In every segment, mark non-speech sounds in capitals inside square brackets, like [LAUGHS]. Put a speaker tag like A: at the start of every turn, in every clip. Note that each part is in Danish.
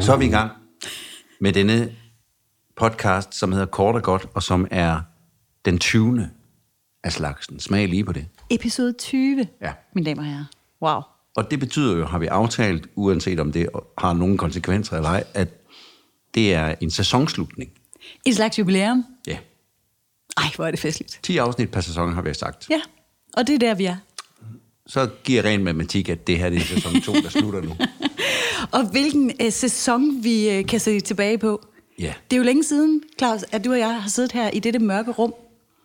A: Så er vi i gang med denne podcast, som hedder Kort og Godt, og som er den 20. af slagsen. Smag lige på det.
B: Episode 20,
A: Ja.
B: mine damer og herrer. Wow.
A: Og det betyder jo, har vi aftalt, uanset om det har nogen konsekvenser eller ej, at det er en sæsonslutning.
B: En slags jubilæum.
A: Ja.
B: Ej, hvor er det festligt.
A: 10 afsnit per sæson, har vi sagt.
B: Ja, og det er der, vi er.
A: Så giver ren matematik, at det her det er sæson 2, der slutter nu.
B: Og hvilken øh, sæson, vi øh, kan se tilbage på.
A: [LAUGHS] Ja.
B: Det er jo længe siden, Claus, at du og jeg har siddet her i dette mørke rum.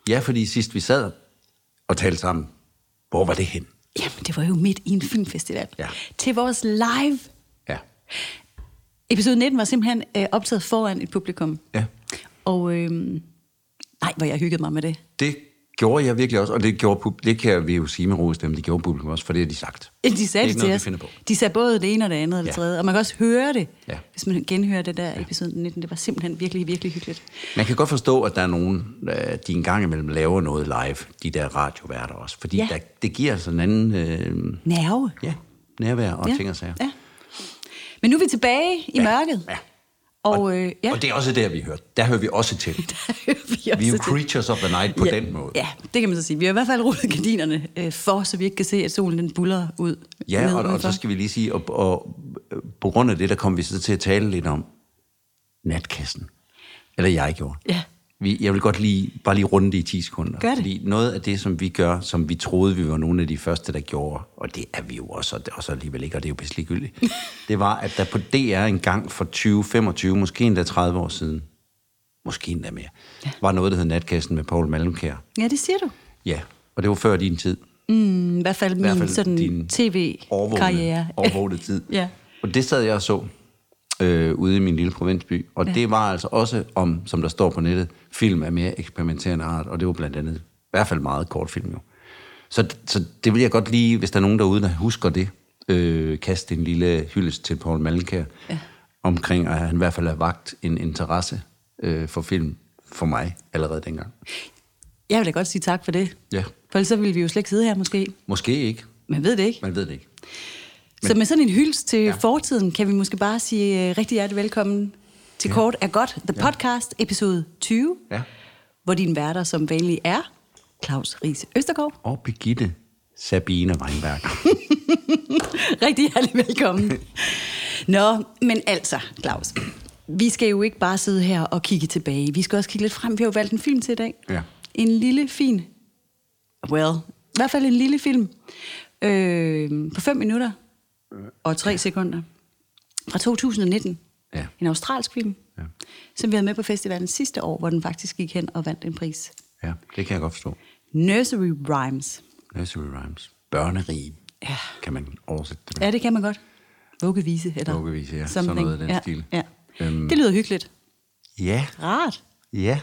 A: Ja, fordi sidst vi sad og talte sammen, hvor var det hen?
B: Jamen, det var jo midt i en filmfestival.
A: Ja.
B: Til vores live.
A: Ja.
B: Episode 19 var simpelthen øh, optaget foran et publikum.
A: Ja.
B: Og øh, nej, hvor jeg hyggede mig med det.
A: Det gjorde jeg virkelig også, og det, gjorde, pub- det kan vi jo sige med ros dem, det gjorde publikum også, for det har de sagt.
B: De
A: er
B: sagde det,
A: ikke
B: til
A: noget, vi
B: os.
A: finder på.
B: De sagde både det ene og det andet og det
A: Ja.
B: tredje. Og man kan også høre det,
A: Ja.
B: hvis man genhører det der episode 19. Det var simpelthen virkelig, virkelig hyggeligt.
A: Man kan godt forstå, at der er nogen, øh, de en gang imellem laver noget live, de der radioværter også, fordi ja.
B: Ja.
A: der, det giver sådan en anden øh,
B: Nerve.
A: ja, nærvær og ja. ting og sager.
B: ja. Men nu er vi tilbage i ja. mørket.
A: Ja.
B: Og, øh, ja, [LAUGHS]
A: Og det er også der, vi hører. Der hører vi også til.
B: vi, er
A: Vi er jo
B: også til-
A: creatures of the night på
B: ja.
A: den måde.
B: Ja, det kan man så sige. Vi har i hvert fald rullet gardinerne øh, for, så vi ikke kan se, at solen den buller ud.
A: Ja,
B: ned
A: og, og
B: udenfor.
A: så skal vi lige sige, og, og øh, på grund af det, der kom vi så til at tale lidt om natkassen. Eller jeg gjorde.
B: Ja.
A: Vi, jeg vil godt lige, bare lige runde det i 10 sekunder.
B: Gør det.
A: Fordi noget af det, som vi gør, som vi troede, vi var nogle af de første, der gjorde, og det er vi jo også, og, det, og så alligevel ikke, og det er jo pisse ligegyldigt,
B: [LAUGHS]
A: det var, at der på DR en gang for 20, 25, måske endda 30 år siden, måske endda mere, ja. var noget, der hed Natkassen med Paul Malmkær.
B: ja, det siger du.
A: Ja, og det var før din tid.
B: Mm, I hvert fald min
A: hvert
B: hvert
A: fald
B: fald sådan
A: din
B: tv-karriere. [LAUGHS]
A: overvågende tid.
B: Ja.
A: Og det sad jeg og så øh, ude i min lille provinsby. Og ja. det var altså også om, som der står på nettet, film af mere eksperimenterende art. Og det var blandt andet, i hvert fald meget kort film jo. Så, så det vil jeg godt lige, hvis der er nogen derude, der husker det, øh, kaste en lille hyldest til Paul Malkær ja. omkring, at han i hvert fald har vagt en interesse øh, for film for mig allerede dengang.
B: Jeg vil da godt sige tak for det.
A: Ja,
B: For ellers så ville vi jo slet ikke sidde her måske.
A: måske ikke.
B: Man ved det ikke.
A: Man ved det ikke.
B: Så med sådan en hyldest til ja. fortiden, kan vi måske bare sige uh, rigtig hjertelig velkommen til ja. Kort er godt, The ja. Podcast, episode 20,
A: Ja.
B: hvor dine værter som vanlig er Claus Riese Østergaard.
A: Og Birgitte Sabine Weinberg.
B: Rigtig hjertelig velkommen. Nå, men altså, Claus, vi skal jo ikke bare sidde her og kigge tilbage. Vi skal også kigge lidt frem. Vi har jo valgt en film til i dag.
A: Ja.
B: En lille, fin... Well, i hvert fald en lille film øh, på 5 minutter
A: Øh,
B: og 3 sekunder fra 2019.
A: Ja.
B: En australsk film,
A: Ja.
B: som vi havde med på festivalen sidste år, hvor den faktisk gik hen og vandt en pris.
A: Ja, det kan jeg godt forstå.
B: Nursery Rhymes.
A: Nursery rhymes. Børnerige.
B: Ja.
A: Kan man oversætte det med.
B: Ja, det kan man godt. Vuggevise, eller
A: Vuggevise, ja. Sådan noget af den
B: ja,
A: stil.
B: Ja.
A: Øhm.
B: Øhm. Det lyder hyggeligt.
A: Ja,
B: Rart.
A: ja.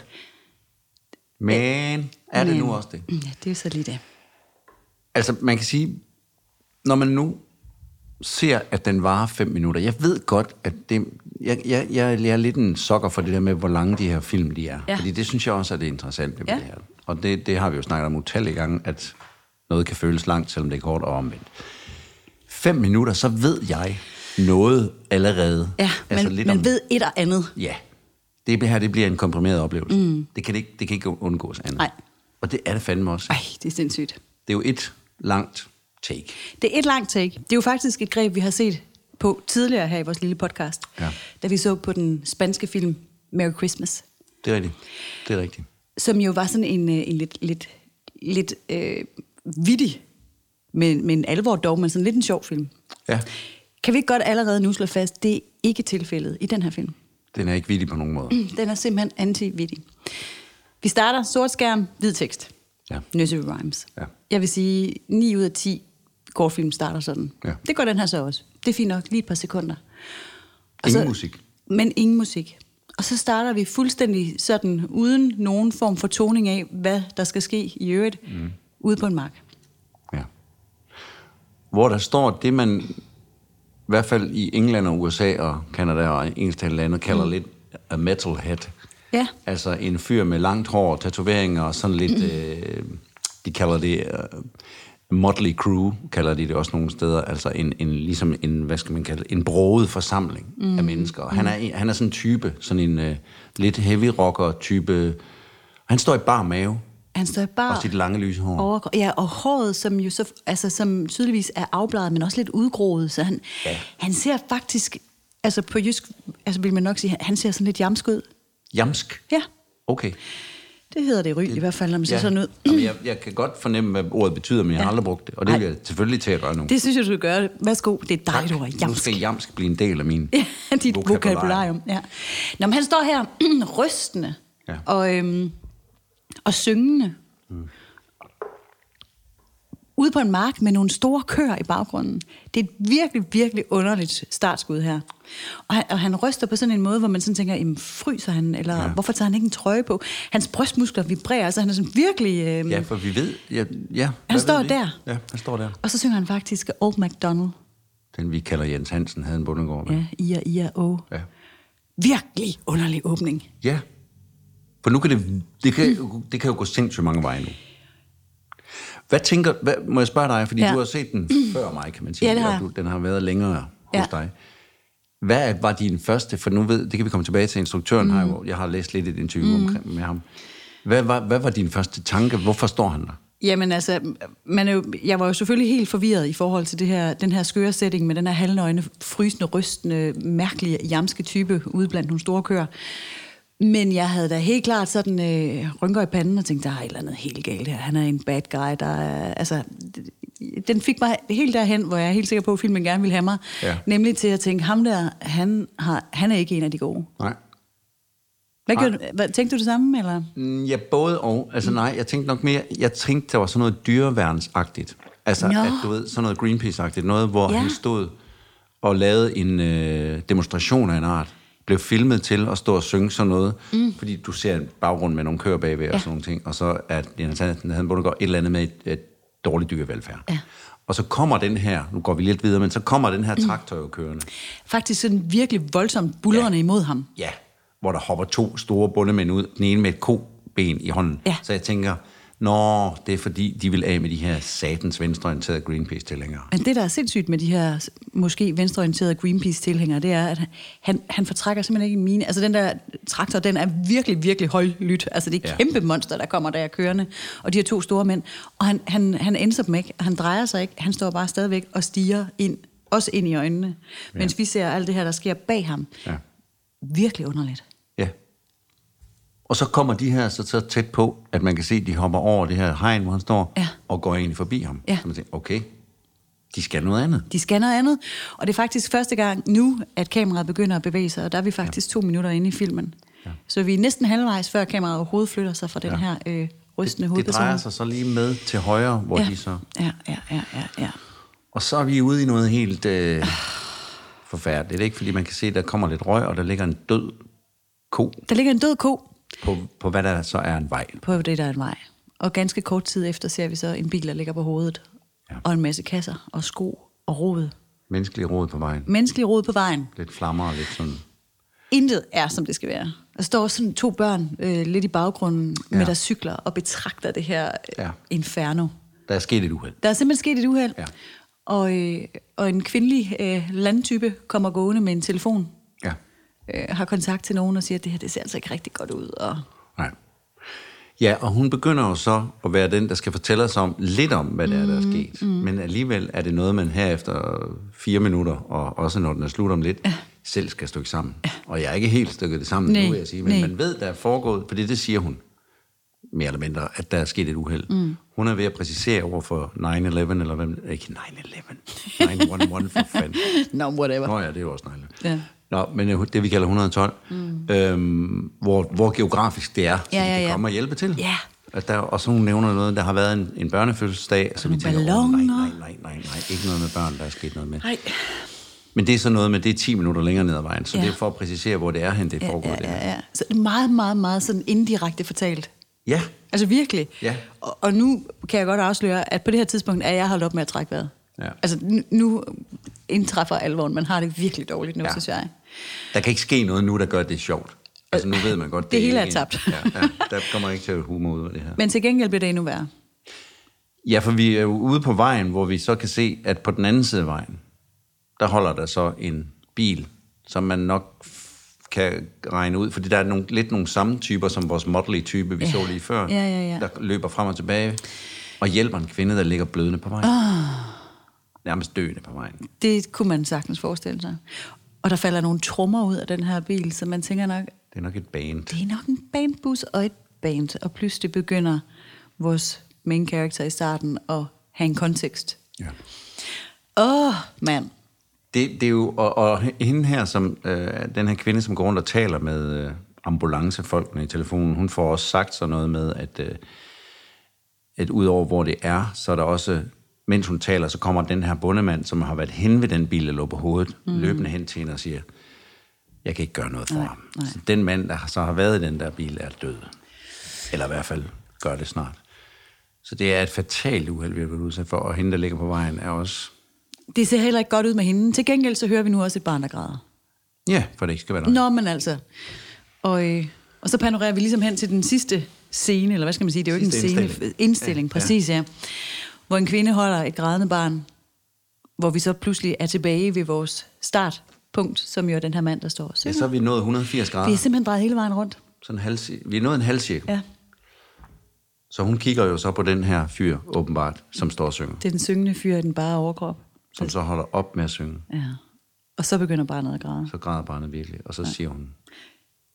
A: Men er det nu også det?
B: Mm, Ja, det er jo så lige det.
A: Altså, man kan sige, når man nu ser, at den varer 5 minutter. Jeg ved godt, at det, jeg, jeg, jeg, jeg er lidt en sokker for det der med, hvor lange de her film de er.
B: Ja.
A: Fordi det synes jeg også er det interessante ved
B: Ja.
A: det her. Og det, det har vi jo snakket om utallige gange, at noget kan føles langt, selvom det er kort og omvendt. 5 minutter, så ved jeg noget allerede.
B: Ja, altså man, man
A: om-
B: ved et og andet.
A: Ja. Det her det bliver en komprimeret oplevelse. Mm. Det, kan det ikke, det kan ikke undgås andet.
B: Nej.
A: Og det er det fandme også.
B: Ej, det er sindssygt.
A: Det er jo et langt take.
B: Det er et langt take. Det er jo faktisk et greb, vi har set på tidligere her i vores lille podcast,
A: Ja.
B: da vi så på den spanske film Merry Christmas,
A: Det er rigtigt. Det er rigtigt.
B: som jo var sådan en, øh, en lidt, lidt, lidt øh, vittig, men, men alvor dog, men sådan lidt en sjov film.
A: Ja,
B: Kan vi ikke godt allerede nu slå fast, det er ikke tilfældet i den her film?
A: den er ikke vildt på nogen måde.
B: Den er simpelthen anti-vittig. Vi starter sort skærm, hvid tekst.
A: Ja.
B: Nursery Rhymes.
A: Ja.
B: Jeg vil sige, 9 ud af 10 kortfilm starter sådan.
A: Ja.
B: Det gør den her så også. Det er fint nok, lige et par sekunder. Altså-
A: Ingen musik.
B: Men ingen musik. Og så starter vi fuldstændig sådan, uden nogen form for toning af, hvad der skal ske i øvrigt, mm. ude på en mark.
A: Ja. Hvor der står det, man i hvert fald i England og USA og Kanada og engelsktalende lande kalder mm. lidt a metalhead.
B: Ja.
A: Altså
B: [CLEARS THROAT]
A: en fyr med langt hår, tatoveringer og sådan lidt, øh, de kalder det øh, Motley Crew kalder de det også nogle steder, altså en, en ligesom en, hvad skal man kalde det, en broget forsamling mm. af mennesker. Og han er, en- han er sådan en type, sådan en uh, lidt heavy rocker type. Han står i bar mave
B: Han står bare...
A: og sit lange lyse hår.
B: Over, ja, og håret, som jo så, altså, som tydeligvis er afbladet, men også lidt udgroet, så han, ja. han ser faktisk, altså på jysk, altså vil man nok sige, han- han ser sådan lidt jamskud.
A: Jamsk.
B: Ja,
A: Okay.
B: det hedder det i Ry i hvert fald, når man ser sådan ud. [CLEARS THROAT]
A: Jamen, jeg, jeg kan godt fornemme, hvad ordet betyder, men jeg har aldrig brugt det. Og det
B: Ej.
A: vil jeg selvfølgelig til at gøre nu.
B: Det synes jeg, du skal gøre. Værsgo, det er dig, du er
A: Nu
B: jamsk.
A: skal jamsk blive en del af min
B: Ja, [LAUGHS] dit vokabularium. Ja. Nå, men han står her [CLEARS THROAT] rystende
A: Ja.
B: og, øhm, og syngende. Mm. Ude på en mark med nogle store køer i baggrunden. Det er et virkelig, virkelig underligt startskud her. Og han, og han ryster på sådan en måde, hvor man sådan tænker, jamen, fryser han, eller ja. hvorfor tager han ikke en trøje på? Hans brystmuskler vibrerer, så han er sådan virkelig... Øhm,
A: Ja, for vi ved... Ja, ja, hvad ved
B: står
A: vi?
B: der.
A: Ja, han står der.
B: Og så synger han faktisk Old MacDonald.
A: Den, vi kalder Jens Hansen, havde en bundegård med.
B: Ja, ia, ia, o.
A: Ja.
B: Virkelig underlig åbning.
A: ja. For nu kan det... Det kan, det kan jo gå sindssygt mange veje nu. Hvad tænker... Hvad, må jeg spørge dig? Fordi
B: Ja.
A: ja. du har set
B: [CLEARS THROAT]
A: den før mig, kan man sige.
B: Ja, det har
A: og
B: jeg.
A: du, Den har været længere
B: Ja.
A: hos dig. Hvad er- var din første... For nu ved... Det kan vi komme tilbage til. Instruktøren mm. har jo... Jeg har læst lidt et interview mm. omkring med ham. Hvad var, hvad var din første tanke? Hvorfor står han der?
B: Jamen altså, man er jo, jeg var jo selvfølgelig helt forvirret i forhold til det her, den her skøre setting med den her halvnøgne, frysende, rystende, mærkelige, jamske type ude blandt nogle store køer. Men jeg havde da helt klart sådan øh, rynker i panden og tænkte, der er et eller andet helt galt her. Han er en bad guy, der er, altså, den fik mig helt derhen, hvor jeg er helt sikker på, at filmen gerne ville have mig.
A: Ja.
B: Nemlig til at tænke, ham der, han, har, han er ikke en af de gode.
A: Nej.
B: Hvad
A: Nej.
B: gjorde, du- hvad, tænkte du det samme, eller?
A: Mm, Ja, både og. Altså nej, jeg tænkte nok mere, jeg tænkte, der var sådan noget dyreværnsagtigt. Altså,
B: Nå.
A: at, du ved, sådan noget Greenpeace-agtigt. Noget, hvor
B: Ja.
A: ja. han stod og lavede en øh, demonstration af en art. Blev filmet til at stå og synge sådan noget. Mm. Fordi du ser en baggrund med nogle køer bagved ja. og sådan nogle ting. Og så er Jens Hansen, han burde gå et eller andet med et, et dårligt dyrevelfærd.
B: Ja.
A: Og så kommer den her, nu går vi lidt videre, men så kommer den her
B: Mm.
A: traktor jo kørende.
B: Faktisk sådan virkelig voldsomt bullerne ja.
A: Ja.
B: imod ham.
A: Ja, hvor der hopper to store bundemænd ud, den ene med et koben i hånden.
B: Ja.
A: Så jeg tænker, nå, det er fordi, de vil af med de her satans venstreorienterede Greenpeace-tilhængere.
B: Men det, der er sindssygt med de her måske venstreorienterede Greenpeace-tilhængere, det er, at han, han fortrækker simpelthen ikke en mine. Altså den der traktor, den er virkelig, virkelig højlydt. Altså det er
A: Ja.
B: kæmpe monster, der kommer der kørende. Og de her to store mænd. Og han, han, han ændrer dem ikke. Han drejer sig ikke. Han står bare stadigvæk og stiger ind. Også ind i øjnene. Mens vi ser alt det her, der sker bag ham.
A: Ja.
B: Virkelig underligt.
A: ja. Og så kommer de her så, så tæt på, at man kan se, at de hopper over det her hegn, hvor han står,
B: Ja.
A: og går egentlig forbi ham.
B: Ja.
A: Så man tænker, okay, de skal noget andet.
B: De skal noget andet. Og det er faktisk første gang nu, at kameraet begynder at bevæge sig, og der er vi faktisk ja. to minutter inde i filmen. Ja. Så vi er næsten halvvejs, før kameraet overhovedet flytter sig fra den ja.
A: Ja.
B: her øh, rystende
A: Det
B: hovedperson.
A: drejer sig så lige med til højre, hvor
B: ja.
A: de så...
B: Ja, ja, ja, ja, ja.
A: Og så er vi ude i noget helt øh, forfærdeligt, ikke? Fordi man kan se, at der kommer lidt røg, og der ligger en død ko
B: Der ligger en død ko
A: på, på hvad der så er en vej.
B: på det, der er en vej. Og ganske kort tid efter ser vi så en bil, der ligger på hovedet. Ja.
A: Ja.
B: Og en masse kasser og sko og rod.
A: Menneskelig råd på vejen.
B: Menneskelig rod på vejen.
A: Lidt flammer og lidt sådan...
B: Intet er, som det skal være. Der står sådan to børn øh, lidt i baggrunden ja. med
A: Ja.
B: der cykler og betragter det her øh, ja.
A: Ja.
B: inferno.
A: Der er sket et uheld.
B: Der er simpelthen sket et uheld,
A: Ja.
B: og, øh, og en kvindelig øh, landtype kommer gående med en telefon,
A: Ja.
B: øh, har kontakt til nogen og siger, at det her det ser altså ikke rigtig godt ud. Og,
A: Nej. Ja, og hun begynder jo så at være den, der skal fortælle os om lidt om, hvad det er, der er sket. Mm. Men alligevel er det noget, man her efter fire minutter, og også når den er slut om lidt, ja. selv skal stykke sammen. Ja. Og jeg er ikke helt stykket det sammen,
B: Nej,
A: nu vil jeg sige, men
B: nej.
A: man ved, der er foregået, fordi det siger hun, mere eller mindre, at der er sket et uheld. Mm. Hun er ved at præcisere over for 9-11, eller hvem, ikke 9-11, 911 for fanden.
B: [LAUGHS] Nå, no, whatever.
A: Nå ja, det er jo også nejligt.
B: Ja.
A: Nå, men øh, det vi kalder 112, mm. øhm, hvor, hvor geografisk det er, så
B: Ja,
A: vi
B: ja,
A: kan
B: ja.
A: komme og hjælpe til.
B: Ja.
A: At der, og så hun nævner noget, der har været en, en børnefødselsdag, så vi tænker,
B: nogle
A: åh, nej,
B: balloner."
A: nej, nej, nej, nej, ikke noget med børn, der er sket noget med.
B: Nej.
A: Men det er så noget med, det er 10 minutter længere ned ad vejen, så
B: Ja.
A: ja. det er for at præcisere, hvor det er hen, det
B: Ja,
A: foregår. det
B: ja,
A: her.
B: ja, ja. Så det er meget, meget, meget sådan indirekte fortalt.
A: ja.
B: Altså virkelig.
A: Ja.
B: Og, og nu kan jeg godt afsløre, at på det her tidspunkt er jeg holdt op med at trække vejret.
A: Ja.
B: Altså nu- nu indtræffer alvoren. Man har det virkelig dårligt nu, ja.
A: Ja.
B: synes jeg.
A: Der kan ikke ske noget nu, der gør det sjovt. Altså nu ved man godt,
B: Det hele
A: ikke
B: er
A: en-
B: tabt.
A: Ja, ja, der kommer ikke til at humor ud af det her.
B: Men til gengæld bliver det endnu værre.
A: Ja, for vi er jo ude på vejen, hvor vi så kan se, at på den anden side af vejen, der holder der så en bil, som man nok f- kan regne ud, fordi der er nogle, lidt nogle samme typer som vores modelige type, vi
B: Ja.
A: så lige før,
B: Ja, ja, ja.
A: der løber frem og tilbage og hjælper en kvinde, der ligger blødende på vejen.
B: Ah.
A: Nærmest døende på vejen.
B: Det kunne man sagtens forestille sig. Og der falder nogle trommer ud af den her bil, så man tænker nok,
A: Det er nok et band.
B: det er nok en bandbus og et band. Og pludselig begynder vores main character i starten at have en kontekst.
A: Ja.
B: Åh, oh, mand.
A: Det, det er jo, og, og hende her, som, øh, den her kvinde, som går rundt og taler med øh, ambulancefolkene i telefonen, hun får også sagt sådan noget med, at, øh, at udover hvor det er, så er der også, mens hun taler, så kommer den her bondemand, som har været hen ved den bil, der lå på hovedet, mm. løbende hen til hende og siger, jeg kan ikke gøre noget for nej, ham. Nej. Så den mand, der så har været i den der bil, er død. Eller i hvert fald gør det snart. Så det er et fatalt uheld, vi har været udsat for, og hende, der ligger på vejen, er også...
B: Det ser heller ikke godt ud med hende. Til gengæld så hører vi nu også et barn, der græder.
A: Ja, for det ikke skal være noget.
B: Nå, men altså. Og, øh, og så panorerer vi ligesom hen til den sidste scene, eller hvad skal man sige, det er jo ikke en
A: Sidste
B: scene,
A: indstilling.
B: indstilling, indstilling
A: Ja,
B: ja, præcis, ja. ja. Hvor en kvinde holder et grædende barn, hvor vi så pludselig er tilbage ved vores startpunkt, som jo er den her mand, der står. Så,
A: Ja, så er vi nået 180 grader.
B: Vi er simpelthen drejet hele vejen rundt.
A: Sådan halv, vi er nået en halv cirkel. Ja.
B: Ja,
A: Så hun kigger jo så på den her fyr, åbenbart, som står og synger.
B: det er den syngende fyr i den bare overkrop.
A: Som så holder op med at synge.
B: Ja. Og så begynder barnet at græde.
A: Så græder barnet virkelig, og så siger hun...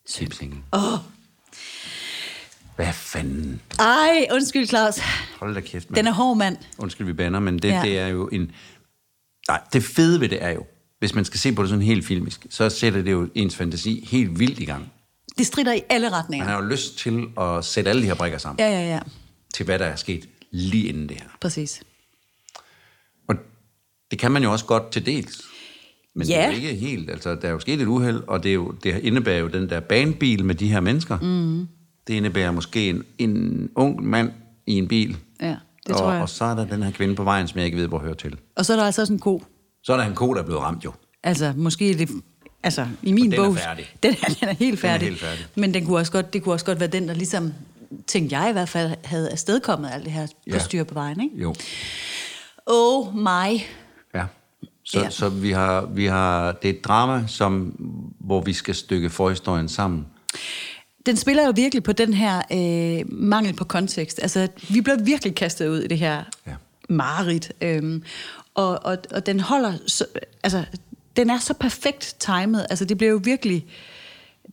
A: Sip single.
B: Åh,
A: Hvad fanden?
B: ej, undskyld Claus.
A: Hold da kæft, mand.
B: Den er hård mand.
A: Undskyld, vi banner, men det, ja.
B: Ja.
A: det er jo en... Nej, det fede ved det er jo, hvis man skal se på det sådan helt filmisk, så sætter det jo ens fantasi helt vildt i gang.
B: Det strider i alle
A: Man
B: retninger.
A: har jo lyst til at sætte alle de her brikker sammen, ja.
B: Ja, ja, ja.
A: til hvad der er sket lige inden det her.
B: Præcis.
A: Og det kan man jo også godt til dels. Men det er
B: Ja.
A: jo ikke helt. Altså, der er jo sket et uheld, og det, er jo, det indebærer jo den der banebil med de her mennesker. Mm. Det indebærer måske en, en ung mand i en bil.
B: Ja, det
A: og,
B: tror jeg.
A: og så er der den her kvinde på vejen, som jeg ikke ved, hvor hører til.
B: Og så er der altså også en ko.
A: Så er der en ko, der er blevet ramt jo.
B: Altså, måske er det... Altså, i min
A: den er
B: bog...
A: færdig.
B: [LAUGHS] Den er, den er helt
A: Den er
B: færdig.
A: helt færdig.
B: Men den kunne også godt, det kunne også godt være den, der ligesom, tænkte jeg i hvert fald, havde afstedkommet alt det her
A: Ja.
B: på styr på vejen, ikke?
A: Jo.
B: Oh my.
A: Ja. Så, ja.
B: Ja.
A: så vi har, vi har, det er et drama, som, hvor vi skal stykke forhistorien sammen.
B: Den spiller jo virkelig på den her øh, mangel på kontekst. Altså, vi bliver virkelig kastet ud i det her
A: Ja.
B: ja. mareridt. Øhm, og, og, og den holder... Så, altså, den er så perfekt timet. Altså, det bliver jo virkelig...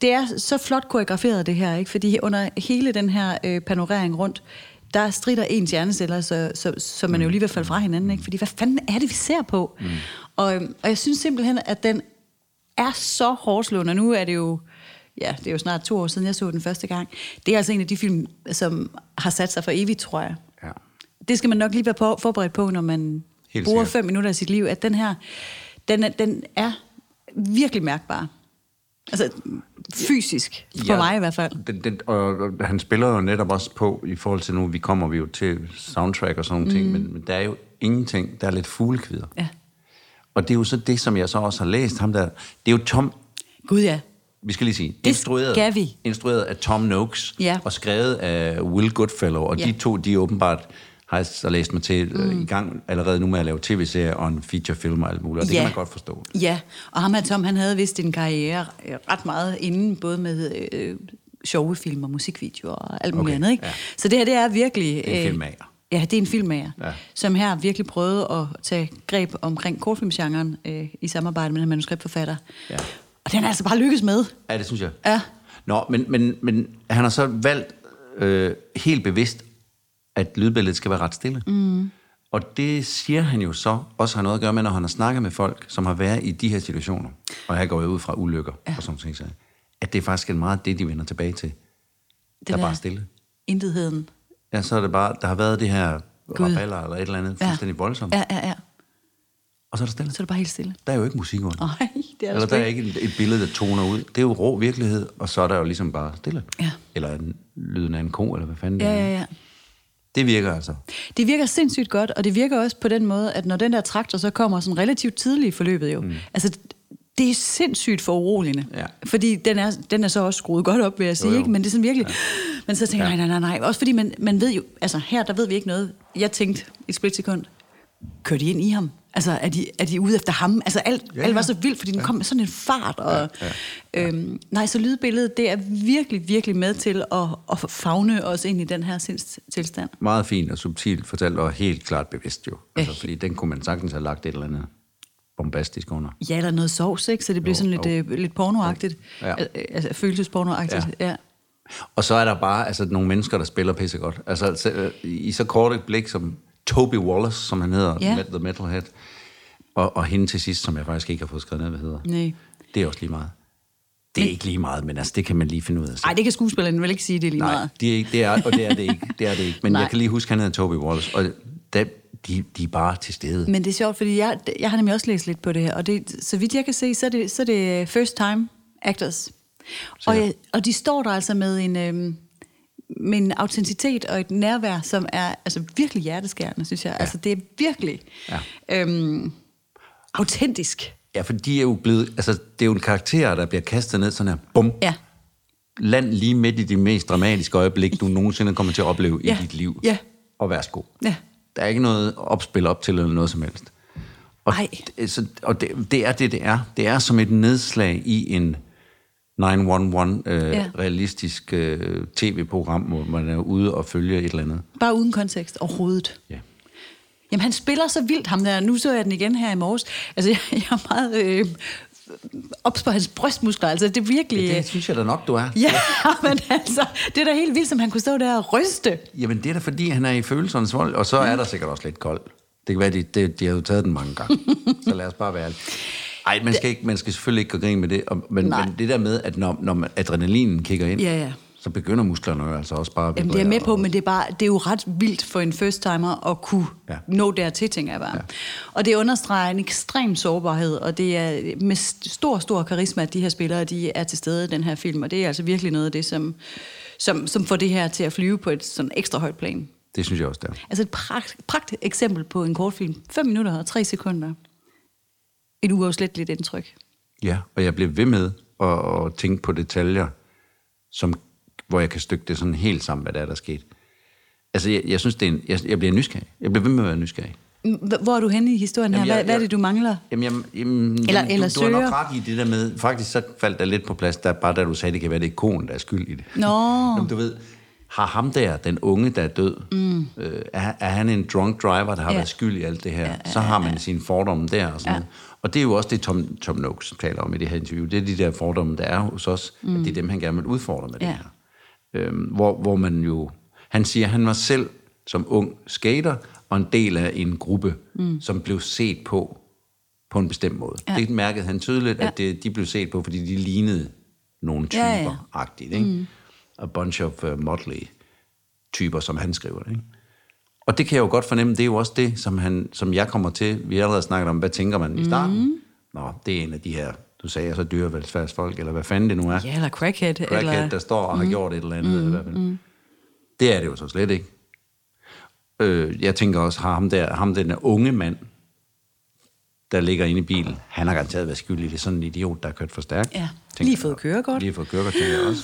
B: Det er så flot koreograferet, det her, ikke? Fordi under hele den her øh, panorering rundt, der strider ens hjerneceller, så, så, så man er jo lige ved at falde fra hinanden, ikke? Fordi hvad fanden er det, vi ser på? Mm. Og, øhm, og jeg synes simpelthen, at den er så hårdslående. Og Nu er det jo... Ja, det er jo snart to år siden, jeg så den første gang. Det er altså en af de film, som har sat sig for evigt, tror jeg.
A: Ja.
B: Det skal man nok lige være på, forberedt på, når man
A: Helt
B: Helt bruger
A: sikkert.
B: fem minutter af sit liv, at den her, den er, den er virkelig mærkbar. Altså fysisk, for
A: Ja.
B: ja. mig i hvert fald.
A: Den, den, og, og han spiller jo netop også på, i forhold til nu, vi kommer vi jo til soundtrack og sådan nogle
B: Mm.
A: ting, men, men der er jo ingenting, der er lidt fuglekvider.
B: Ja.
A: Og det er jo så det, som jeg så også har læst ham der. Det er jo Tom,
B: Gud ja.
A: vi skal lige sige,
B: Det skal vi.
A: instrueret af Tom Noakes,
B: Ja.
A: og skrevet af Will Goodfellow, og ja.
B: Ja.
A: de to, de er åbenbart har jeg så læst mig til mm. i gang allerede nu med at lave tv-serier og en feature-film og alt muligt, og det
B: ja.
A: kan man godt forstå.
B: Ja, og ham her Tom, han havde vist en karriere øh, ret meget inden, både med øh, sjove film og musikvideoer og alt muligt
A: Okay,
B: okay, andet. Ikke?
A: ja.
B: Ja. Så det her, det er virkelig... øh,
A: Det er en filmager.
B: Ja, det er en filmager,
A: Ja.
B: ja. som her virkelig prøvede at tage greb omkring kortfilmgenren øh, i samarbejde med den her manuskriptforfatter.
A: Ja.
B: Og den har altså bare lykkes med.
A: Ja, det synes jeg.
B: Ja.
A: Nå, men, men, men han har så valgt øh, helt bevidst, at lydbilledet skal være ret stille. Mm. Og det siger han jo så også har noget at gøre med, når han har snakket med folk, som har været i de her situationer. Og her går jeg ud fra ulykker ja. og sådan ting. så- At det er faktisk meget det, de vender tilbage til.
B: Den
A: Der er bare stille.
B: Intetheden.
A: Ja, så er det bare, der har været det her
B: Gud.
A: raballer eller et eller andet
B: Ja.
A: fuldstændig voldsomt.
B: Ja, ja, ja.
A: Og så er der stille.
B: Så er det bare helt stille.
A: Der er jo ikke musik under.
B: Nej, det er
A: Eller
B: sgu
A: der er ikke et et billede, der toner ud. Det er jo rå virkelighed, og så er der jo ligesom bare stille.
B: Ja.
A: Eller en, lyden af en ko, eller hvad fanden det
B: Ja,
A: er.
B: ja, ja.
A: Det virker altså.
B: Det virker sindssygt godt, og det virker også på den måde, at når den der traktor så kommer sådan relativt tidligt i forløbet jo, mm. altså det er sindssygt for uroligende.
A: Ja.
B: Fordi den er, den er så også skruet godt op, vil jeg sige.
A: jo.
B: Ikke? Men det er sådan virkelig... Ja. Man så tænker,
A: Ja.
B: nej, nej, nej, nej. Også fordi man, man ved jo... Altså, her der ved vi ikke noget. Jeg tænkte et splitsekund. Kører de ind i ham? Altså, er de, er de ude efter ham? Altså, alt, ja,
A: Ja,
B: ja. alt var
A: ja.
B: så vildt, fordi den kom med sådan en fart. Og,
A: Ja,
B: ja, ja. Øhm, nej, så lydbilledet, det er virkelig, virkelig med til at, at fagne os ind i den her sindstilstand.
A: Meget fint og subtilt fortalt, og helt klart bevidst jo. Altså,
B: Ja.
A: fordi den kunne man sagtens have lagt et eller andet bombastisk under.
B: Ja, eller noget sovs, ikke? Så det bliver
A: Jo,
B: sådan lidt,
A: jo.
B: øh, lidt pornoagtigt.
A: Ja.
B: Ja. Altså, følelsespornoagtigt, ja. ja.
A: Og så er der bare altså, nogle mennesker, der spiller pissegodt. Altså, se- øh, i så kort et blik som Toby Wallace, som han hedder,
B: Ja.
A: yeah. The Metalhead, og, og hende til sidst, som jeg faktisk ikke har fået skrevet ned, hvad hedder.
B: Nej.
A: Det er også lige meget. Det er ikke lige meget, men altså, det kan man lige finde ud af. selv.
B: Ej, det kan skuespilleren vel ikke sige, det er lige
A: Nej,
B: meget.
A: de er ikke, det er, og det er det ikke. Det er det ikke.
B: [LAUGHS]
A: Men
B: Nej.
A: jeg kan lige huske, han hedder Toby Wallace, og da, de, de er bare til stede.
B: Men det er sjovt, fordi jeg, jeg har nemlig også læst lidt på det her, og det, så vidt jeg kan se, så er det, så er det øh, first time actors. Og, jeg, og de står der altså med en, øhm, med en autenticitet og et nærvær, som er altså virkelig hjerteskærende, synes jeg. Ja. Altså det er virkelig
A: Ja.
B: øhm, autentisk.
A: Ja, for de er jo blevet, altså, det er jo en karakter, der bliver kastet ned sådan her, bum,
B: Ja.
A: land lige midt i de mest dramatiske øjeblik, du nogensinde kommer til at opleve
B: Ja.
A: i dit liv.
B: Ja.
A: Og værsgo.
B: Ja.
A: Der er ikke noget opspil op til eller noget som helst. Og,
B: Ej.
A: det- så, og det, det er det, det er. Det er som et nedslag i en 911-realistisk
B: Ja.
A: øh, realistisk øh, tv-program, hvor man er ude og følger et eller andet.
B: Bare uden kontekst overhovedet.
A: Ja.
B: Jamen, han spiller så vildt, ham der. Nu så jeg den igen her i morges. Altså, [LAUGHS] jeg, jeg er meget øh, ops på hans brystmuskler. Altså, det er virkelig... øh,
A: Det synes jeg da nok, du er.
B: [LAUGHS] Ja, men altså, det er da helt vildt, som han kunne stå der og ryste.
A: Jamen, det er da fordi, han er i følelsernes vold, og så er der sikkert også lidt kold. Det kan være, de, de, de har jo taget den mange gange.
B: [LAUGHS]
A: så lad os bare være ærlige. Ej, man skal, ikke, man skal selvfølgelig ikke gå grin med det, og, men,
B: Nej.
A: men det der med, at når, når man- adrenalinen kigger ind,
B: Ja, ja.
A: så begynder musklerne jo altså også bare at
B: Jamen, det er jeg med
A: vibrere,
B: på,
A: og-
B: men det er, bare, det er jo ret vildt for en first-timer at kunne
A: Ja.
B: ja. nå dertil, tænker jeg bare. Ja. Og det understreger en ekstrem sårbarhed, og det er med st- stor, stor karisma, at de her spillere de er til stede i den her film, og det er altså virkelig noget af det, som, som, som får det her til at flyve på et sådan ekstra højt plan.
A: Det synes jeg også, det er.
B: Altså et pragt, pragt eksempel på en kortfilm. 5 minutter og 3 sekunder. Et uafsletteligt indtryk.
A: Ja, og jeg bliver ved med at, at tænke på detaljer, som, hvor jeg kan stykke det sådan helt sammen, hvad der er, der er sket. Altså, jeg, jeg synes, det er en, jeg, jeg bliver nysgerrig. Jeg bliver ved med at være nysgerrig.
B: H- Hvor er du henne i historien
A: Jamen,
B: her?
A: jeg-
B: Hvad, hvad er
A: jeg-
B: det, du mangler?
A: Jamen, jamen, jamen
B: Eller-
A: jamen,
B: eller
A: du, du har nok
B: søger.
A: ret i det der med, faktisk så faldt der lidt på plads, der, bare da du sagde, det kan være, det er konen, der er skyld i det.
B: Nå.
A: Jamen, du ved, har ham der, den unge, der er død, mm. øh, er, er han en drunk driver, der har ja.
B: Ja.
A: været skyld i alt det her? Ja, ja, så har man ja. sine fordomme der og sådan ja. noget. Og det er jo også det, Tom, Tom Noakes taler om i det her interview. Det er de der fordomme, der er hos os. Mm. At det er dem, han gerne vil udfordre med det
B: Ja.
A: her øhm, hvor, hvor man jo... Han siger, at han var selv som ung skater og en del af en gruppe, mm. som blev set på på en bestemt måde. Ja.
B: Ja.
A: Det mærkede han tydeligt, ja.
B: Ja.
A: at det, de blev set på, fordi de lignede nogle
B: Ja, ja.
A: typer-agtigt. Ikke? Mm. A bunch of uh, motley-typer, som han skriver det. Ikke? Og det kan jeg jo godt fornemme, det er jo også det, som, han, som jeg kommer til. Vi har allerede snakket om, hvad tænker man i starten? Mm. Nå, det er en af de her, du sagde, så dyrevelfærdsfolk, eller hvad fanden det nu er
B: Ja, eller crackhead.
A: crackhead,
B: eller...
A: der står og har gjort et eller andet. Mm. I hvert fald. Mm. Det er det jo så slet ikke. Øh, jeg tænker også, har ham der, ham den der unge mand, der ligger inde i bilen, han har garanteret været skyldig. Det er sådan en idiot, der har kørt for stærkt.
B: Ja.
A: tænker
B: Lige fået
A: jeg.
B: kørekort.
A: Lige fået kørekort, tænker jeg også.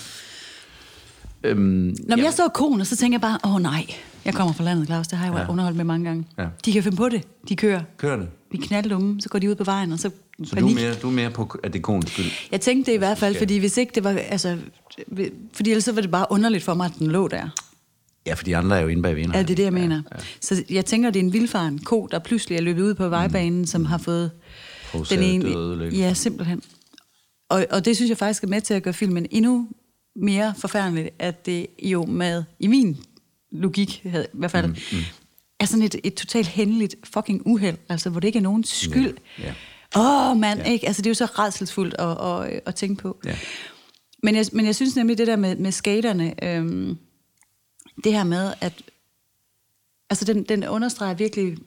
B: Når jeg så konen, så tænker jeg bare, åh oh, nej, jeg kommer fra landet, Claus, det har jeg jo
A: Ja.
B: ja. underholdt med mange gange.
A: Ja.
B: Ja. De kan finde på det, de kører.
A: Kørende.
B: De knalder dumme, så går de ud på vejen, og så,
A: Så du er, mere, du er mere på, at det er konens skyld.
B: Jeg tænkte det i hvert fald, fordi hvis ikke det var, altså, fordi ellers så var det bare underligt for mig, at den lå der.
A: Ja, for de andre er jo inde bag vinderne.
B: Ja, det er det, jeg mener. Ja, ja. Så jeg tænker, det er en vildfaren ko, der pludselig er løbet ud på vejbanen, mm. som har fået
A: Provokeret død ødelæggelse.
B: Ja, simpelthen. Og, og det synes jeg faktisk er med til at gøre filmen endnu mere forfærdelig, at det jo med, i min logik havde, i hvert fald, mm, mm. er sådan et, et totalt hændeligt fucking uheld, altså hvor det ikke er nogen skyld.
A: Ja, ja.
B: Åh, oh, mand, ja. ikke? Altså, det er jo så redselsfuldt at, at, at tænke på.
A: Ja.
B: Men, jeg, men jeg synes nemlig, det der med, med skaterne, øhm, det her med, at altså, den, den understreger virkelig,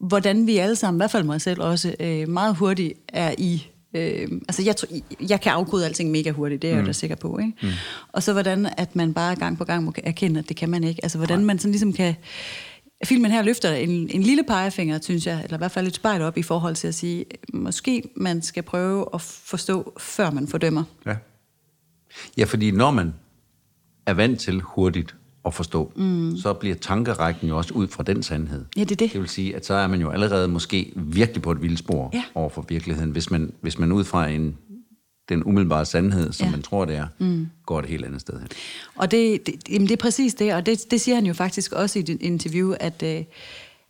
B: hvordan vi alle sammen, i hvert fald mig selv også, øh, meget hurtigt er i... Øh, altså, jeg, tror- jeg kan afkode alting mega hurtigt, det er jeg jo da sikker på, ikke? Mm. Og så hvordan, at man bare gang på gang må erkende, at det kan man ikke. Altså, hvordan man sådan ligesom kan Filmen her løfter en, en lille pegefinger, synes jeg, eller i hvert fald et spejl op i forhold til at sige, måske man skal prøve at forstå, før man fordømmer.
A: Ja. Ja, fordi når man er vant til hurtigt at forstå, mm. så bliver tankerækken jo også ud fra den sandhed.
B: Ja, det er det.
A: Det vil sige, at så er man jo allerede måske virkelig på et vildspor
B: Ja.
A: over for virkeligheden, hvis man, hvis man ud fra en, den umiddelbare sandhed, som
B: Ja.
A: ja. man tror, det er, mm. går et helt andet sted hen.
B: Og det, det, jamen det er præcis det, og det, det siger han jo faktisk også i et interview, at, øh,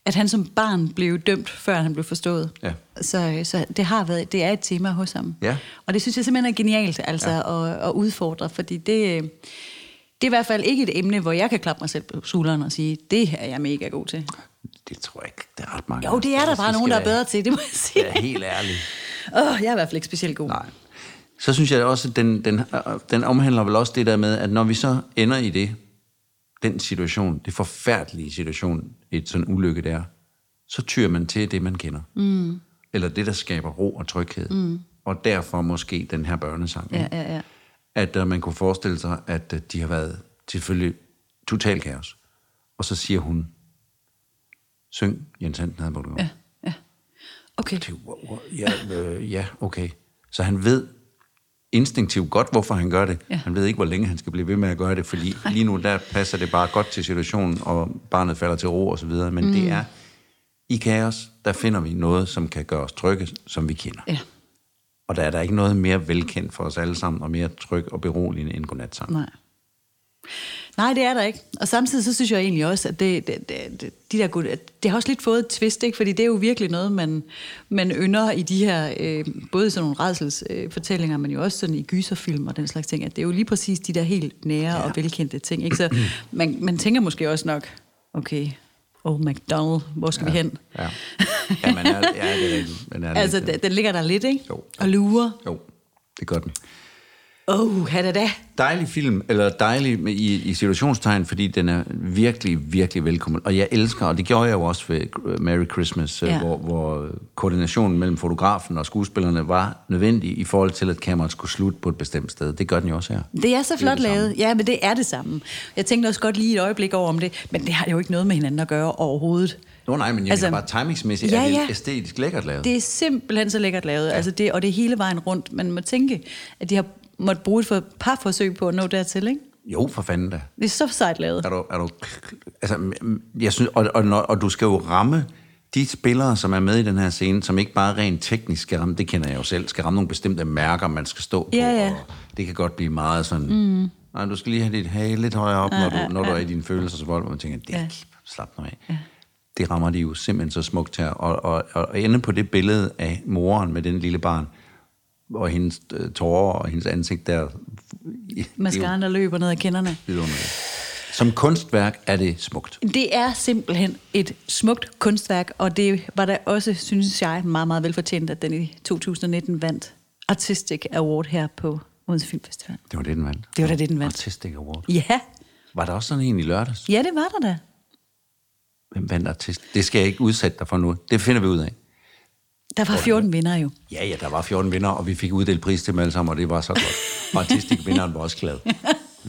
B: at han som barn blev dømt, før han blev forstået.
A: Ja.
B: Så, øh, så det har været, det er et tema hos ham.
A: Ja.
B: Og det synes jeg simpelthen er genialt altså, ja. at, at udfordre, fordi det, øh, det er i hvert fald ikke et emne, hvor jeg kan klappe mig selv på skulderen og sige, det her er jeg mega god til.
A: Det tror jeg ikke, der er ret mange.
B: Jo, det er der
A: Altså, vi
B: bare nogen, der er
A: skal
B: bedre til, det må jeg sige.
A: være- være helt ærlig.
B: Åh, jeg er i hvert fald ikke specielt god.
A: Nej. Så synes jeg også, at den, den, øh, den omhandler vel også det der med, at når vi så ender i det, den situation, det forfærdelige situation, et sådan ulykke der, så tyr man til det, man kender. Mm. Eller det, der skaber ro og tryghed. Mm. Og derfor måske den her børnesang.
B: Ja,
A: ikke?
B: ja, ja.
A: At uh, man kunne forestille sig, at uh, de har været selvfølgelig total kaos. Og så siger hun, syng Jens Hansen havde målet
B: ja, ja. Okay.
A: det, hvor- hvor- ja, øh, ja, okay. Så han ved instinktivt godt, hvorfor han gør det.
B: Ja.
A: Ja. Han ved ikke, hvor længe han skal blive ved med at gøre det, fordi Ej. lige nu der passer det bare godt til situationen, og barnet falder til ro og så videre. Men mm. det er i kaos, der finder vi noget, som kan gøre os trygge, som vi kender.
B: Ja,
A: Og der er der ikke noget mere velkendt for os alle sammen, og mere tryg og beroligende end godnatsang.
B: nej. Nej, det er der ikke. Og samtidig så synes jeg egentlig også, at det, det, det, det- de der gode, at det har også lidt fået et twist, ikke? fordi det er jo virkelig noget, man, man ynder i de her, øh, både i sådan nogle redselsfortællinger, øh, fortællinger, men jo også sådan i gyserfilm og den slags ting, at det er jo lige præcis de der helt nære ja. og velkendte ting. Ikke? Så man, man tænker måske også nok, okay, oh McDonald, hvor skal ja. vi hen?
A: Ja, ja, man er, ja det er rigtigt. Man er lidt-
B: [LAUGHS] Altså, den, den ligger der lidt, ikke?
A: Jo.
B: Og lurer.
A: Jo, det gør den.
B: Åh, oh, da da.
A: Dejlig film, eller dejlig med- i, i situationstegn, fordi den er virkelig, virkelig velkommen. Og jeg elsker, og det gjorde jeg jo også ved øh, Merry Christmas,
B: Ja.
A: ja. hvor, hvor øh, koordinationen mellem fotografen og skuespillerne var nødvendig i forhold til, at kameraet skulle slutte på et bestemt sted. Det gør den jo også her.
B: Det er så
A: er
B: flot
A: det samme.
B: lavet. Ja, men det er det samme. Jeg tænkte også godt lige et øjeblik over om det, men det har jo ikke noget med hinanden at gøre overhovedet.
A: Nå nej, men jeg
B: Altså,
A: altså, mener bare timingsmæssigt
B: ja,
A: ja, er det
B: ja.
A: ja. æstetisk lækkert lavet. Det,
B: Det er simpelthen så lækkert lavet, ja. altså det, og det er hele vejen rundt. Man må tænke, at de har måttet bruge et for, par forsøg på at nå dertil, ikke?
A: jo, for fanden da.
B: Det er så sejt lavet.
A: Er du, er du, altså, mm, jeg synes, og, og, når, og du skal jo ramme de spillere, som er med i den her scene, som ikke bare rent teknisk skal ramme, det kender jeg jo selv, skal ramme nogle bestemte mærker, man skal stå på.
B: Ja, ja.
A: Og det kan godt blive meget sådan, mm. nej, du skal lige have dit hage lidt højere op, når, du, når du er i dine følelser, så vold, hvor man tænker, det
B: Ja.
A: ja. slap nu af. Ja. Det rammer de jo simpelthen så smukt her. Og, og, og, og ende på det billede af moren med den lille barn, og hendes øh, tårer og hendes ansigt der. Det er jo
B: Mascaraen, der løber ned ad kinderne.
A: vidunderligt. Som kunstværk er det smukt.
B: Det er simpelthen et smukt kunstværk, og det var da også, synes jeg, meget, meget velfortjent, at den i 2019 vandt Artistic Award her på Odense Filmfestival.
A: Det var det, den vandt.
B: Det var da det, den vandt.
A: Artistic Award.
B: Ja,
A: Var der også sådan en i lørdags?
B: ja det var der da.
A: Hvem vandt artist? Det skal jeg ikke udsætte dig for nu. Det finder vi ud af.
B: Der var 14 vinder jo.
A: Ja, ja, der var 14 vinder, og vi fik uddelt pris til dem alle sammen, og det var så godt. Og
B: [LAUGHS]
A: artistikvinderen var også glad.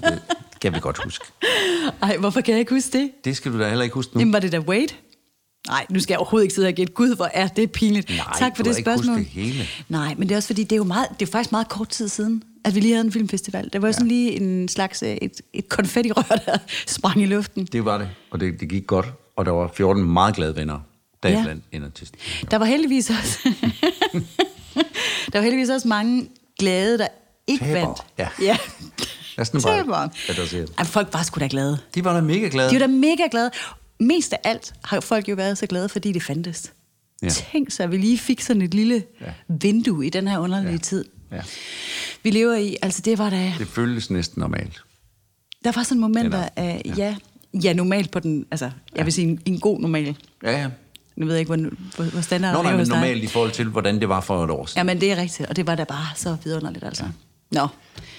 A: Det kan vi godt huske.
B: Ej, hvorfor kan jeg ikke huske det?
A: Det skal du da heller ikke huske nu.
B: Jamen, var det da Wade? Nej, nu skal jeg overhovedet ikke sidde og gætte. Gud, hvor er det pinligt.
A: Nej,
B: tak for
A: du
B: det
A: har ikke husket
B: spørgsmål.
A: det hele.
B: Nej, men det er også fordi, det er jo meget, det er faktisk meget kort tid siden, at vi lige havde en filmfestival. Der var ja. sådan lige en slags øh, et, et konfettirør, der [LAUGHS] sprang i luften.
A: Det var det, og det, det gik godt. Og der var 14 meget glade venner, der
B: Ja.
A: ja. blandt en artist.
B: Der var heldigvis også... [LAUGHS] der var heldigvis også mange glade, der ikke
A: Tabere,
B: vandt.
A: ja.
B: [LAUGHS] ja.
A: Lad os nu bare-
B: Taberen.
A: Ja, der siger jeg.
B: Ej, folk var sgu da glade.
A: De var da mega glade.
B: De er da mega glade. Mest af alt har folk jo været så glade, fordi det fandtes. Ja.
A: Ja.
B: Tænk så, at vi lige fik sådan et lille ja.
A: Ja.
B: vindue i den her underlige ja.
A: Ja.
B: tid.
A: Ja.
B: Vi lever i, altså det var da,
A: Det føltes næsten normalt.
B: der var sådan momenter
A: Den
B: af, ja. ja, ja normalt på den, altså jeg vil sige en, en god normal.
A: Ja, ja.
B: Nu ved jeg ikke, hvor, hvor, hvor standard
A: Nå,
B: er
A: nej, men
B: hos dig.
A: normalt i forhold til, hvordan det var for et år siden.
B: Jamen det er rigtigt, og det var da bare så vidunderligt altså. Ja. Nå,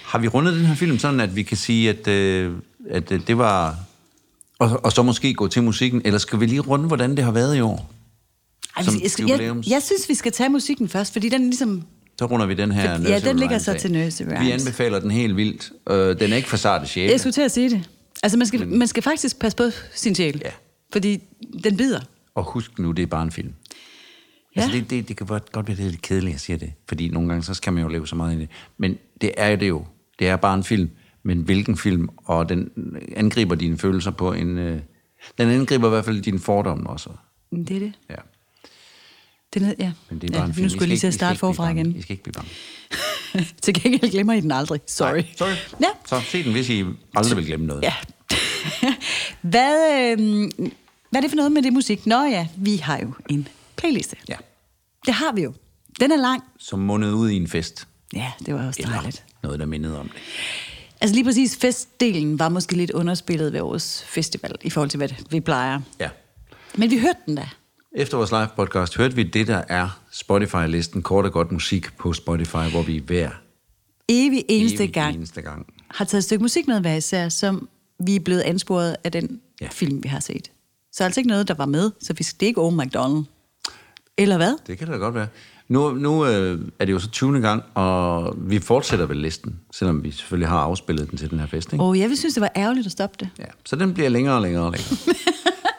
A: Har vi rundet den her film sådan, at vi kan sige, at, øh, at øh, det var... Og, og så måske gå til musikken, eller skal vi lige runde, hvordan det har været i år?
B: Ej,
A: Som
B: jeg, jeg,
A: jubilæums-
B: jeg synes, vi skal tage musikken først, fordi den ligesom
A: Så runder vi den her
B: Ja,
A: Nursery
B: den ligger
A: Rhymes
B: så
A: af.
B: til Nursery
A: Vi
B: Rhymes.
A: anbefaler den helt vildt. Øh, den er ikke for sarte sjæle.
B: Jeg skulle til at sige det. Altså, man skal, man skal faktisk passe på sin sjæl.
A: Mm. Ja.
B: Fordi den bider.
A: Og husk nu, det er bare en film. Ja. Altså, det, det, det kan godt, godt være lidt kedeligt, jeg siger det. Fordi nogle gange, så skal man jo leve så meget i det. Men det er jo det jo. Det er bare en film. Men hvilken film? Og den angriber dine følelser på en... Øh, den angriber i hvert fald dine fordomme også.
B: Det er det.
A: Ja.
B: Den er, ja.
A: Men det er bare
B: ja,
A: en film.
B: Nu
A: I
B: skulle jeg lige
A: ikke-
B: til
A: I
B: at starte
A: ikke blive
B: forfra
A: bange.
B: igen.
A: I skal ikke blive bange.
B: [LAUGHS] Til gengæld glemmer I den aldrig. Sorry.
A: Nej, sorry.
B: Ja.
A: Så se den, hvis I aldrig vil glemme noget.
B: Ja. [LAUGHS] hvad, øhm, hvad er det for noget med det musik? Nå ja, vi har jo en playliste.
A: ja.
B: Det har vi jo. Den er lang.
A: Som mundede ud i en fest.
B: Ja, det var også dejligt.
A: noget, der mindede om det.
B: Altså lige præcis festdelen var måske lidt underspillet ved årets festival, i forhold til hvad vi plejer.
A: Ja.
B: Men vi hørte den da.
A: Efter vores live podcast hørte vi det, der er Spotify-listen kort og godt musik på Spotify, hvor vi hver
B: Evig eneste
A: evig
B: gang
A: eneste gang.
B: har taget et stykke musik med hver især, som vi er blevet ansporet af den
A: Ja.
B: ja. film, vi har set. Så altså ikke noget, der var med, så vi skal det er ikke over McDonald. Eller hvad?
A: Det kan da godt være. Nu, nu øh, er det jo så 20. gang, og vi fortsætter vel listen, selvom vi selvfølgelig har afspillet den til den her fest. Ikke?
B: Åh, oh, jeg vil synes, det var ærgerligt at stoppe det.
A: Ja, så den bliver længere og længere og
B: [LAUGHS]
A: længere.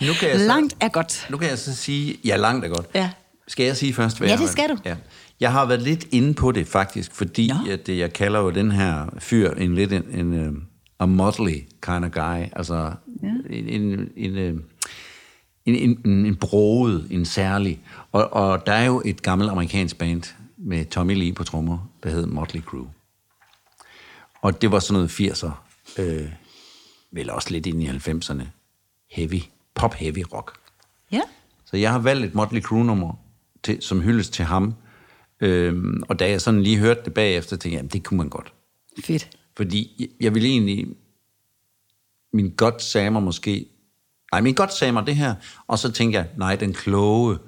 A: nu, kan jeg så,
B: Langt er godt.
A: nu kan jeg så sige, ja, langt er godt.
B: Ja.
A: Skal jeg sige først, hvad
B: Ja,
A: jeg
B: det
A: har-
B: skal du.
A: Ja. Jeg har været lidt inde på det faktisk, fordi
B: Nå.
A: at, øh, jeg kalder jo den her fyr en lidt en, en øh, a motley kind of guy, altså ja. en, en, en, øh, en, en, en, en broget, en særlig. Og, og der er jo et gammelt amerikansk band med Tommy Lee på trommer, der hed Motley Crue. Og det var sådan noget 80'er, øh, vel også lidt ind i 90'erne, heavy, pop-heavy rock.
B: Ja.
A: Så jeg har valgt et Motley Crue-nummer, til, som hyldes til ham. Øhm, og da jeg sådan lige hørte det bagefter, tænkte jeg, jamen, det kunne man godt.
B: Fedt.
A: Fordi jeg, jeg ville egentlig... Min godt sagde mig måske... Nej, min godt sagde mig det her. Og så tænkte jeg, nej, den kloge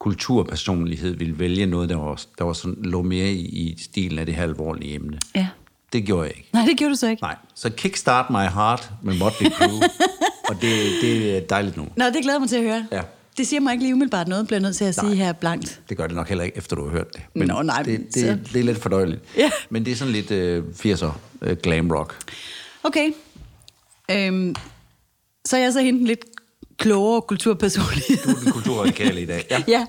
A: kulturpersonlighed ville vælge noget, der, var, der var sådan, lå mere i, i stilen af det her alvorlige emne.
B: Ja.
A: Det gjorde jeg ikke.
B: Nej, det gjorde du så ikke.
A: Nej, så Kickstart My Heart med Motley Crue. og det, det er et dejligt nu.
B: Nå, det glæder jeg mig til at høre.
A: Ja.
B: Det siger mig ikke lige umiddelbart noget, bliver jeg nødt til at Nej. sige her blankt.
A: Det gør det nok heller ikke, efter du har hørt det.
B: Nå, nej, men
A: Det, det, det er lidt fordøjeligt.
B: Ja.
A: Men det er sådan lidt øh, 80'er øh, glam rock.
B: Okay. Øhm, så er jeg så hende den lidt klogere kulturpersonlighed.
A: Du er
B: [LAUGHS]
A: den kulturradikale i dag. Ja.
B: ja.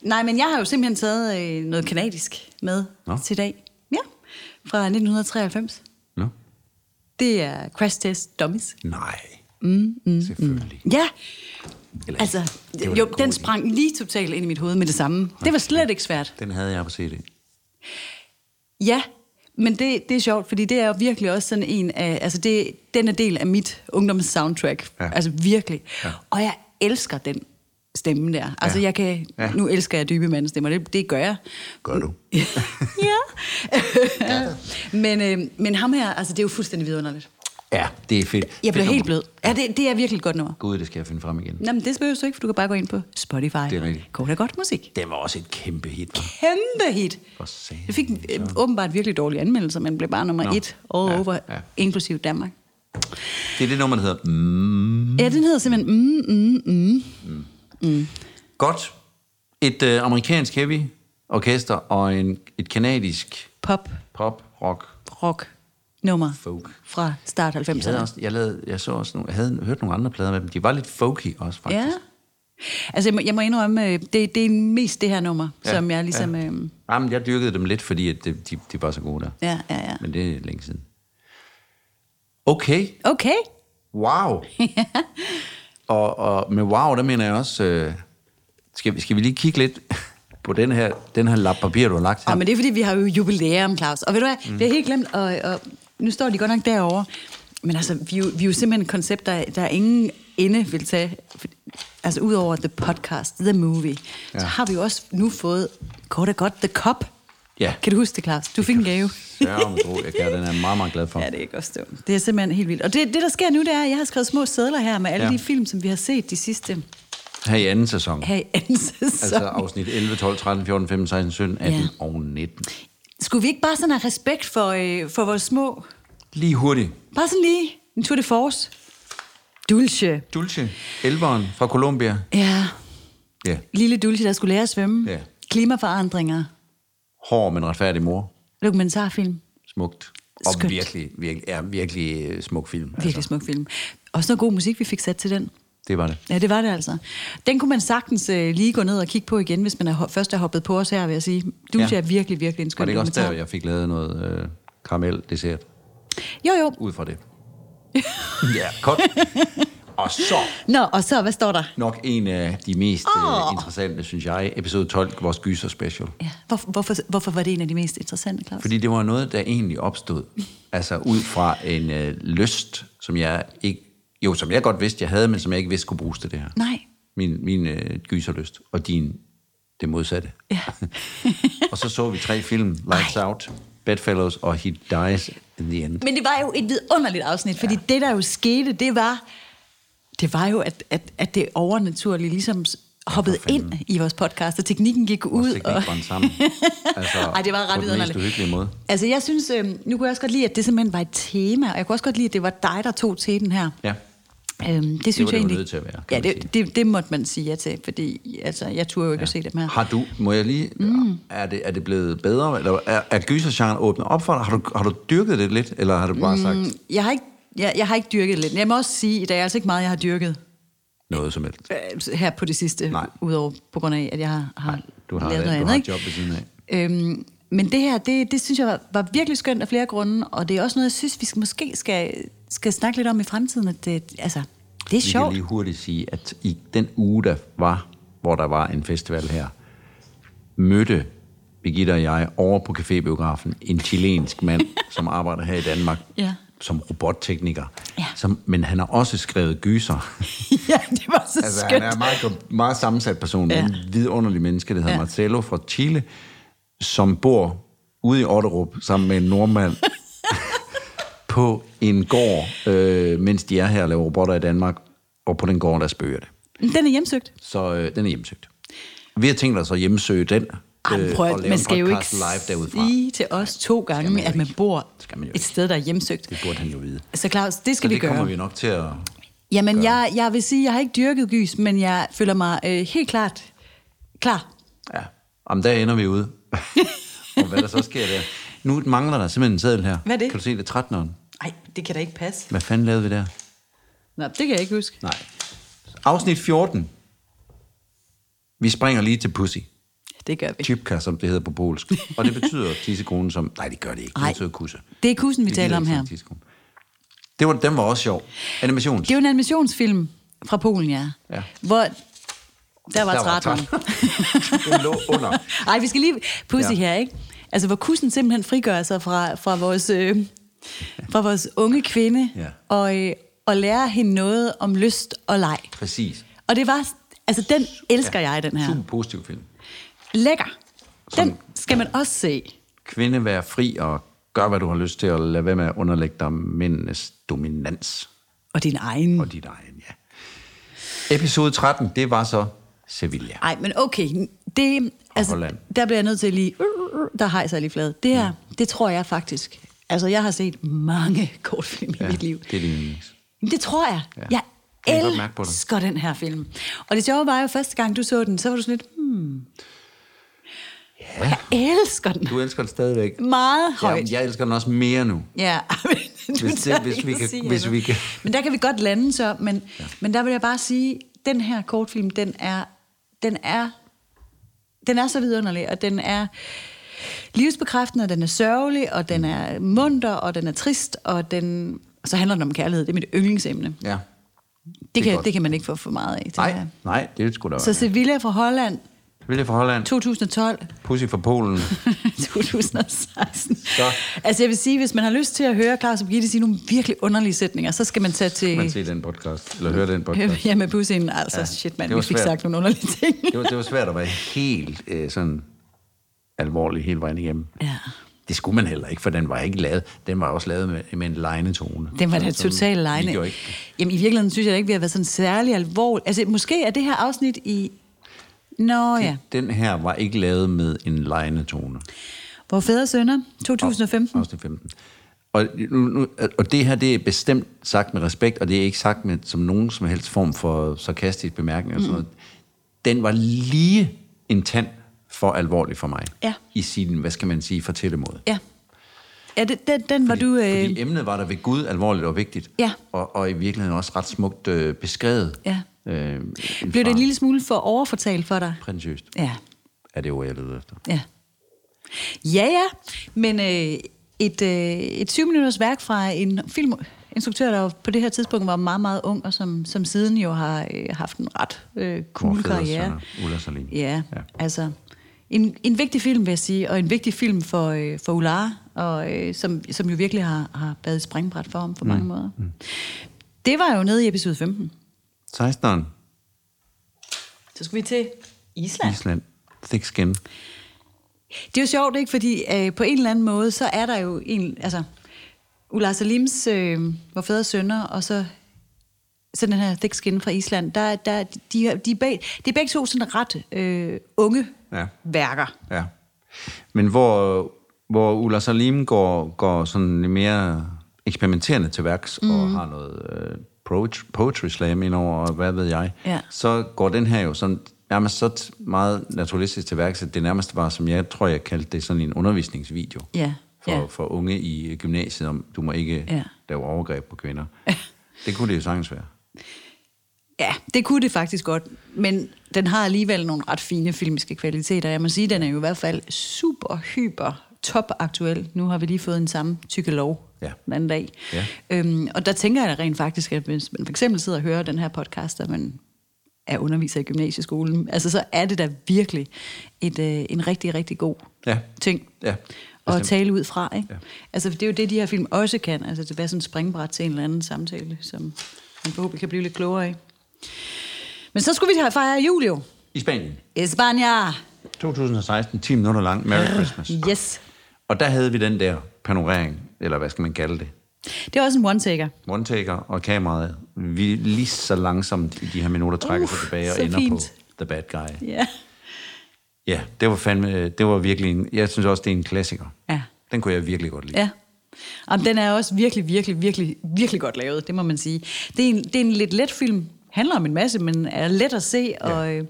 B: Nej, men jeg har jo simpelthen taget øh, noget kanadisk med
A: Nå.
B: Nå. til i dag. Ja, fra 1993.
A: Nå?
B: Det er Crash Test Dummies.
A: Nej. Mm, mm, Selvfølgelig.
B: Ja,
A: Eller,
B: altså,
A: det var
B: jo,
A: en god
B: den
A: idé.
B: sprang lige totalt ind i mit hoved med det samme. Det var slet ikke svært.
A: Den havde jeg på CD.
B: Mm. Ja, men det, det er sjovt, fordi det er jo virkelig også sådan en af... Altså, det, den er del af mit ungdoms-soundtrack.
A: Ja.
B: Ja. Altså, virkelig.
A: Ja.
B: Ja. Og jeg elsker den stemme der. Altså,
A: Ja.
B: jeg kan...
A: Ja.
B: Ja. Nu elsker jeg dybe mandestemmer, det, det gør jeg. [LAUGHS]
A: Gør du?
B: ja. men, øh, men ham her, altså, det er jo fuldstændig vidunderligt.
A: Ja, det er fedt.
B: Jeg blev
A: Fedt
B: helt
A: nummer.
B: blød. Ja, det, det er virkelig et godt nummer.
A: Gud, det skal jeg finde frem igen.
B: Nå, men det spørger du ikke, for du kan bare gå ind på Spotify.
A: Det er rigtigt.
B: Kort og godt musik.
A: Den var også et kæmpe hit. hva'?
B: Kæmpe hit.
A: For satan.
B: Det fik øh, åbenbart virkelig dårlige anmeldelser, men blev bare nummer
A: Nå.
B: et all
A: Ja,
B: over,
A: ja. Mm.
B: inklusiv Danmark.
A: Det er det nummer, der hedder mm.
B: Ja, den hedder simpelthen mm, mm, mm.
A: Godt. Et øh, amerikansk heavy orkester og en, et kanadisk
B: pop
A: pop rock
B: rock nummer
A: folk.
B: fra start
A: Jeg, havde
B: 90'erne.
A: også, jeg, lavede, jeg så også nogle, jeg havde hørt nogle andre plader med dem. De var lidt folky også, faktisk.
B: Ja. Altså, jeg må, jeg må indrømme, øh, det, det er mest det her nummer,
A: Ja,
B: ja. som jeg ligesom...
A: ja.
B: Ja. Øh,
A: Jamen, jeg dyrkede dem lidt, fordi at de, de, de var så gode der.
B: ja, ja, ja.
A: Men det er længe siden. Okay.
B: Okay. [LAUGHS]
A: Wow. og, og med wow, der mener jeg også... Øh, skal, vi- skal vi lige kigge lidt på den her, den her lap papir, du har lagt her? [LAUGHS]
B: Og, men det er, fordi vi har jo jubilæum, Claus. Og ved du hvad, mm. det er helt glemt, og, og nu står de godt nok derovre. Men altså, vi, er jo- vi er jo simpelthen et koncept, der, der ingen ende vil tage. Altså, udover The Podcast, The Movie, ja.
A: Ja.
B: så har vi jo også nu fået, kort og godt, The Cup.
A: Ja.
B: Kan du huske det, Claus? Du fik en gave.
A: Ja, men tro, jeg kan, den er jeg meget, meget glad for.
B: [LAUGHS] Ja, det er ikke også dumt. Det er simpelthen helt vildt. Og det, det, der sker nu, det er, at jeg har skrevet små sædler her med alle
A: Ja.
B: ja. de film, som vi har set de sidste
A: Her i anden sæson.
B: her i anden sæson.
A: Altså afsnit 11, 12, 13, 14, 15, 16, 17, 18
B: Ja.
A: og 19.
B: Skulle vi ikke bare sådan have respekt for, øh, for vores små...
A: Lige hurtigt.
B: Bare sådan lige en tour de force. Dulce.
A: Dulce, elveren fra Colombia.
B: Ja,
A: Ja.
B: lille Dulce, der skulle lære at svømme.
A: Ja.
B: Klimaforandringer.
A: Hård, men retfærdig mor.
B: Dokumentarfilm.
A: Smukt. Og
B: Skønt.
A: virkelig, virkelig, ja, virkelig øh, smuk film.
B: Virkelig smuk film. Også noget god musik, vi fik sat til den.
A: det var det.
B: Ja, det var det altså. Den kunne man sagtens øh, lige gå ned og kigge på igen, hvis man er, ho- først er hoppet på os her, vil jeg sige. Du
A: Ja.
B: ja. ser virkelig, virkelig en skøn
A: Var det ikke også
B: dokumentar.
A: der, jeg fik lavet noget øh, karamel dessert
B: Jo, jo.
A: ud
B: [LAUGHS]
A: fra det? ja, godt. Og så
B: Nå, og så, hvad står der?
A: nok en af de mest
B: Åh.
A: øh, interessante, synes jeg, episode 12, vores gyser special.
B: Ja. Hvor, hvorfor, hvorfor var det en af de mest interessante, Claus?
A: Fordi det var noget, der egentlig opstod. Altså ud fra en øh, lyst, som jeg ikke... Jo, som jeg godt vidste, jeg havde, men som jeg ikke vidste kunne bruges til det her.
B: Nej.
A: Min, min øh, gyserlyst, og din det modsatte.
B: Ja.
A: [LAUGHS] og så så vi tre film, Lights Ej. Out, Bedfellows og He Dies in the End.
B: Men det var jo et vidunderligt afsnit, fordi ja. det, der jo skete, det var, det var jo, at, at, at det overnaturlige ligesom s- hoppede ja, ind i vores podcast, og teknikken gik
A: Vores
B: ud.
A: teknik brændt sammen. Altså,
B: [LAUGHS] Ej, det var ret
A: på den mest
B: vidunderligt.
A: uhyggelige måde.
B: Altså, jeg synes, øh, nu kunne jeg også godt lide, at det simpelthen var et tema, og jeg kunne også godt lide, at det var dig, der tog til den her.
A: Ja.
B: Øhm, det synes
A: det
B: jeg
A: jo
B: egentlig...
A: nødt til at være, kan
B: ja,
A: man sige.
B: det, det, det måtte man sige ja til, fordi altså, jeg turde jo ikke ja. at se dem her.
A: Har du, må jeg lige, mm. er, det, er det blevet bedre, eller er, er gysergenren åbnet op for dig? Har du, har du dyrket det lidt, eller har du bare
B: Mm.
A: sagt
B: Jeg har ikke, jeg, jeg har ikke dyrket lidt. Jeg må også sige, at der er altså ikke meget, jeg har dyrket
A: noget som helst?
B: øh, her på det sidste,
A: Nej.
B: udover på grund af, at jeg har, har
A: Du har,
B: lavet
A: du
B: noget
A: har
B: andet.
A: et
B: ikke?
A: job ved siden af.
B: Øhm, men det her, det, det synes jeg var, var virkelig skønt af flere grunde, og det er også noget, jeg synes, vi skal, måske skal, skal snakke lidt om i fremtiden. At det, altså, det er
A: Vi kan
B: sjovt.
A: lige hurtigt sige, at i den uge, der var, hvor der var en festival her, mødte Birgitte og jeg over på cafébiografen en chilensk
B: [LAUGHS]
A: mand, som arbejder her i Danmark
B: Ja.
A: som robottekniker.
B: Ja.
A: Som, men han har også skrevet gyser.
B: [LAUGHS] ja, det var så
A: Altså,
B: skønt.
A: han er en meget, kom- meget sammensat person, ja.
B: Ja.
A: en vidunderlig menneske, der hedder ja.
B: Ja.
A: Marcelo fra Chile, som bor ude i Otterup sammen med en
B: [LAUGHS]
A: nordmand på en gård, øh, mens de er her og laver robotter i Danmark, og på den gård, der spøger det.
B: Den er hjemsøgt.
A: Så øh, den er hjemsøgt. Vi har tænkt os at hjemsøge den,
B: Ej, men prøv,
A: og
B: at-
A: Øh, lave
B: man
A: en
B: skal jo ikke
A: podcast live derudfra.
B: sige til os to gange,
A: man jo
B: at man
A: ikke.
B: bor
A: Skal man jo
B: et
A: ikke.
B: sted, der er hjemsøgt.
A: Det burde han jo vide.
B: Så Claus, det
A: Så
B: skal vi
A: det
B: gøre.
A: kommer vi nok til at...
B: Jamen, jeg, jeg vil sige, jeg har ikke dyrket gys, men jeg føler mig øh, helt klart klar.
A: Ja, om der ender vi
B: [LAUGHS]
A: ude. og hvad der så sker der. Nu mangler der simpelthen en seddel her.
B: Hvad er det?
A: Kan du se det? 13'eren.
B: Nej, det kan da ikke passe.
A: Hvad fanden lavede vi der?
B: Nå, det kan jeg ikke huske.
A: Nej. Afsnit 14. Vi springer lige til pussy.
B: Det gør vi.
A: Chipka, som det hedder på polsk. Og det
B: [LAUGHS]
A: betyder tissekronen som... Nej, det gør det ikke. Det
B: Nej.
A: betyder kusse.
B: Det er kussen, vi
A: Det
B: taler
A: gider
B: om
A: ikke sådan
B: her.
A: en tissekrone. Det var, den var også sjov. Animations.
B: Det er jo en animationsfilm fra Polen, ja.
A: Ja.
B: Hvor der var
A: Der var
B: 13.
A: [LAUGHS]
B: [LAUGHS]
A: Den lå under.
B: Nej, vi skal lige pusse
A: Ja.
B: ja. her, ikke? Altså, hvor kussen simpelthen frigør sig fra, fra, vores, øh, fra vores unge kvinde
A: Ja.
B: og, øh, og lærer hende noget om lyst og leg.
A: Præcis.
B: Og det var, altså den elsker ja. jeg, den her.
A: Super positiv film.
B: Lækker.
A: Sådan.
B: Den skal man også se.
A: Kvinde, vær fri og gør, hvad du har lyst til, og lad være med at underlægge dig mændenes dominans.
B: Og din egen.
A: Og dit egen, ja. Episode 13, det var så Sevilla.
B: Ej, men okay. Det, altså,
A: Holland. Mm.
B: der bliver jeg nødt til lige... Der har jeg så lige flad. Det her, det tror jeg faktisk... Altså, jeg har set mange [LAUGHS] kortfilm ja. i mit liv.
A: Det er din yndlings.
B: Men Det tror jeg.
A: Ja.
B: Ja. Jeg
A: Kan jeg godt mærke på dig.
B: elsker den her film. Og det sjove var jo, første gang du så den, så var du sådan lidt... Hmm. Ja. Jeg elsker den
A: Du elsker den stadigvæk.
B: meget
A: Ja,
B: højt.
A: men jeg elsker den også mere nu.
B: Ja, [LAUGHS] men du
A: Hvis det-
B: tør
A: hvis
B: ikke
A: vi
B: at
A: kan-
B: sige
A: hvis
B: andet.
A: vi kan-
B: Men der kan vi godt lande så, men, ja. men der vil jeg bare sige, den her kortfilm, den er, den er, den er så vidunderlig, og den er livsbekræftende, og den er sørgelig, og den er munter, og den er trist, og den... Og så handler den om kærlighed, det er mit yndlingsemne.
A: Ja.
B: Det,
A: er
B: det, kan,
A: godt.
B: det kan man ikke få for meget af. tænker
A: Nej,
B: jeg.
A: nej, det skulle da
B: Så
A: være.
B: Sevilla fra Holland,
A: Ville fra Holland,
B: 2012,
A: Pussy fra Polen.
B: [LAUGHS] 2016. Så. Altså jeg vil sige, hvis man har lyst til at høre Claus og Birgitte sige nogle virkelig underlige sætninger, så skal man tage til... [LAUGHS]
A: Man ser den podcast, eller hører den podcast.
B: Ja, med bussen. Altså,
A: Ja,
B: ja, shit mand,
A: det var
B: vi fik
A: svært.
B: sagt nogle underlige ting.
A: Det var, det var svært at være helt øh, sådan alvorlig hele vejen igennem.
B: [LAUGHS] Ja.
A: Det skulle man heller ikke, for den var ikke lavet. Den var også lavet med, med en lejnetone.
B: Den var da
A: Så- så
B: totalt
A: vi
B: lejende.
A: gjorde ikke-
B: Jamen, i virkeligheden synes jeg da ikke, vi har været sådan særlig alvorlige. Altså, måske er det her afsnit i... Nå ja.
A: Den her var ikke lavet med en lejnetone.
B: Hvor fædre og sønner, 2015.
A: Afsnit 15. Og, nu, nu, og det her, det er bestemt sagt med respekt, og det er ikke sagt med, som nogen som helst form for sarkastisk bemærkning. Mm. Sådan noget. Den var lige en tand for alvorlig for mig.
B: Ja.
A: I sin, hvad skal man sige, fortællemåde.
B: Ja. Ja, det, den, den var du... Øh,
A: Fordi emnet var der ved Gud alvorligt og vigtigt.
B: Ja.
A: Og, og i virkeligheden også ret smukt øh, beskrevet.
B: ja.
A: Øh,
B: Blev det en lille smule for overfortalt for dig?
A: Prænciøst
B: Ja.
A: er det jo, jeg leder efter.
B: Ja. Ja, ja. Men øh, et, øh, et syv minutters værk fra en filminstruktør, der jo på det her tidspunkt var meget, meget ung, og som, som siden jo har øh, haft en ret øh,
A: Hvor
B: cool
A: fædre
B: karriere.
A: sønner, Ulla Salin.
B: Ja,
A: Ja.
B: ja. altså en, en vigtig film, vil jeg sige, og en vigtig film for, øh, for Ular, og, øh, som, som jo virkelig har, har været et springbræt for ham på mm. mange måder. Mm. Det var jo nede i episode 15.
A: 16'eren,
B: Så skulle vi til Island.
A: Island, thick skin.
B: Det er jo sjovt, ikke? Fordi øh, på en eller anden måde, så er der jo en... Altså, Ulla Salims øh, Hvor fædre sønner, og så, så den her thick skin fra Island, der, der, de, de, de, er beg, de er begge to sådan ret øh, unge
A: Ja.
B: ja. værker.
A: Ja. Men hvor, hvor Ulla Salim går, går sådan lidt mere eksperimenterende til værks mm. og har noget øh, poetry, poetry slam indover, og hvad ved jeg,
B: Ja.
A: så går den her jo sådan nærmest så t- meget naturalistisk til værks, at det nærmest var, som jeg tror, jeg kaldte det, sådan en undervisningsvideo
B: Ja,
A: for,
B: ja.
A: for unge i øh, gymnasiet, om du må ikke ja.
B: Ja.
A: lave overgreb på kvinder. det kunne det jo sagtens være.
B: Ja, det kunne det faktisk godt, men den har alligevel nogle ret fine filmiske kvaliteter. Jeg må sige, den er jo i hvert fald super, hyper, top aktuel. Nu har vi lige fået en samme tykke lov
A: Ja.
B: den anden dag.
A: Ja.
B: Øhm, og der tænker jeg da rent faktisk, at hvis man for eksempel sidder og hører den her podcast, og man er underviser i gymnasieskolen, altså så er det da virkelig et, øh, en rigtig, rigtig god
A: Ja.
B: ting
A: Ja,
B: at
A: bestemt.
B: tale ud fra. Ikke?
A: Ja.
B: Ja. Altså, for det er jo det, de her film også kan. Altså, det er sådan et springbræt til en eller anden samtale, som man forhåbentlig kan blive lidt klogere af. Men så skulle vi have fejre jul jo.
A: I Spanien,
B: España!
A: 2016, 10 minutter lang, Merry Christmas.
B: Yes.
A: Og der havde vi den der panorering, eller hvad skal man kalde det,
B: Det er også en one-taker.
A: one-taker og kameraet, vi lige så langsomt i de her minutter trækker sig
B: Uh,
A: tilbage og
B: så
A: ender
B: fint.
A: på The Bad Guy.
B: Ja.
A: Ja, det var fandme, det var virkelig en, jeg synes også, det er en klassiker.
B: Ja.
A: Den kunne jeg virkelig godt lide.
B: Ja. Jamen, den er også virkelig, virkelig, virkelig, virkelig godt lavet, det må man sige. Det er en, det er en lidt let film, handler om en masse, men er let at se, og øh,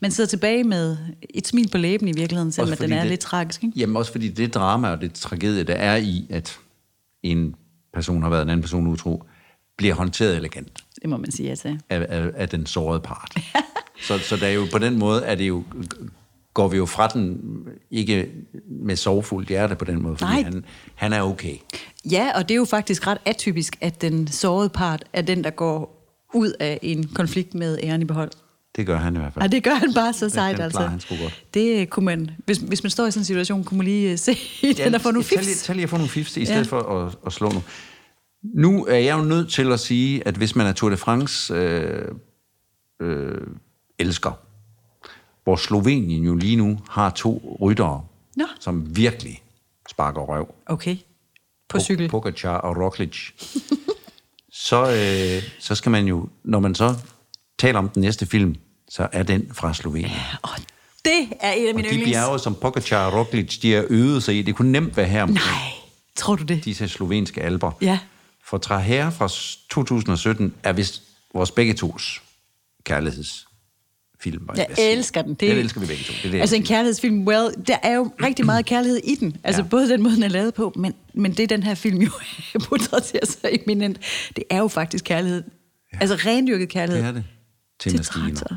B: man sidder tilbage med et smil på læben i virkeligheden, selvom at den
A: fordi
B: er
A: det-
B: det... lidt tragisk. Ikke?
A: Jamen også fordi det drama og det tragedie, der er i, at en person har været en anden person utro, bliver håndteret elegant
B: Det må man sige altså. ja til.
A: af, af, af den sårede part. så, så der er jo på den måde, er det jo, går vi jo fra den ikke med sorgfuldt hjerte på den måde, fordi
B: Nej.
A: han, han er okay.
B: Ja, og det er jo faktisk ret atypisk, at den sårede part er den, der går ud af en konflikt med æren i behold.
A: Det gør han i hvert fald.
B: Og det gør han bare så
A: den
B: sejt,
A: klarer
B: altså.
A: han sgu godt.
B: Det øh, kunne man, hvis, hvis man står i sådan en situation, kunne man lige øh, se, [LAUGHS] at den har fået nogle
A: tag lige-
B: fifs.
A: Tag lige at få nogle fifs, i stedet for at, at slå nu. Nu er jeg jo nødt til at sige, at hvis man er Tour de France øh, øh, elsker, hvor Slovenien jo lige nu har to ryttere,
B: Nå.
A: som virkelig sparker røv.
B: Okay, på cykel.
A: Pogacar og Roglic. [LAUGHS] så, øh, så skal man jo, når man så taler om den næste film, så er den fra Slovenien.
B: Og det er en af
A: Og
B: mine
A: de
B: yndlings.
A: bjerge, som Pogacar og Roglic, de har øvet sig i, det kunne nemt være her omkring
B: Nej, tror du det?
A: disse slovenske alber.
B: Ja.
A: For Traher fra 2017 er vist vores begge tos kærlighedsfilm. var
B: Jeg
A: vil sige.
B: elsker den.
A: Den elsker vi begge to. Det er det,
B: altså
A: jeg
B: en
A: vil sige.
B: kærlighedsfilm, well, der er jo rigtig meget kærlighed i den. Altså
A: Ja.
B: ja. både den måde, den er lavet på, men, men det den her film jo [LAUGHS] portrætterer så eminent, det er jo faktisk kærlighed. Ja. Altså rendyrket kærlighed.
A: det er det. Til,
B: Til
A: maskiner.
B: traktor.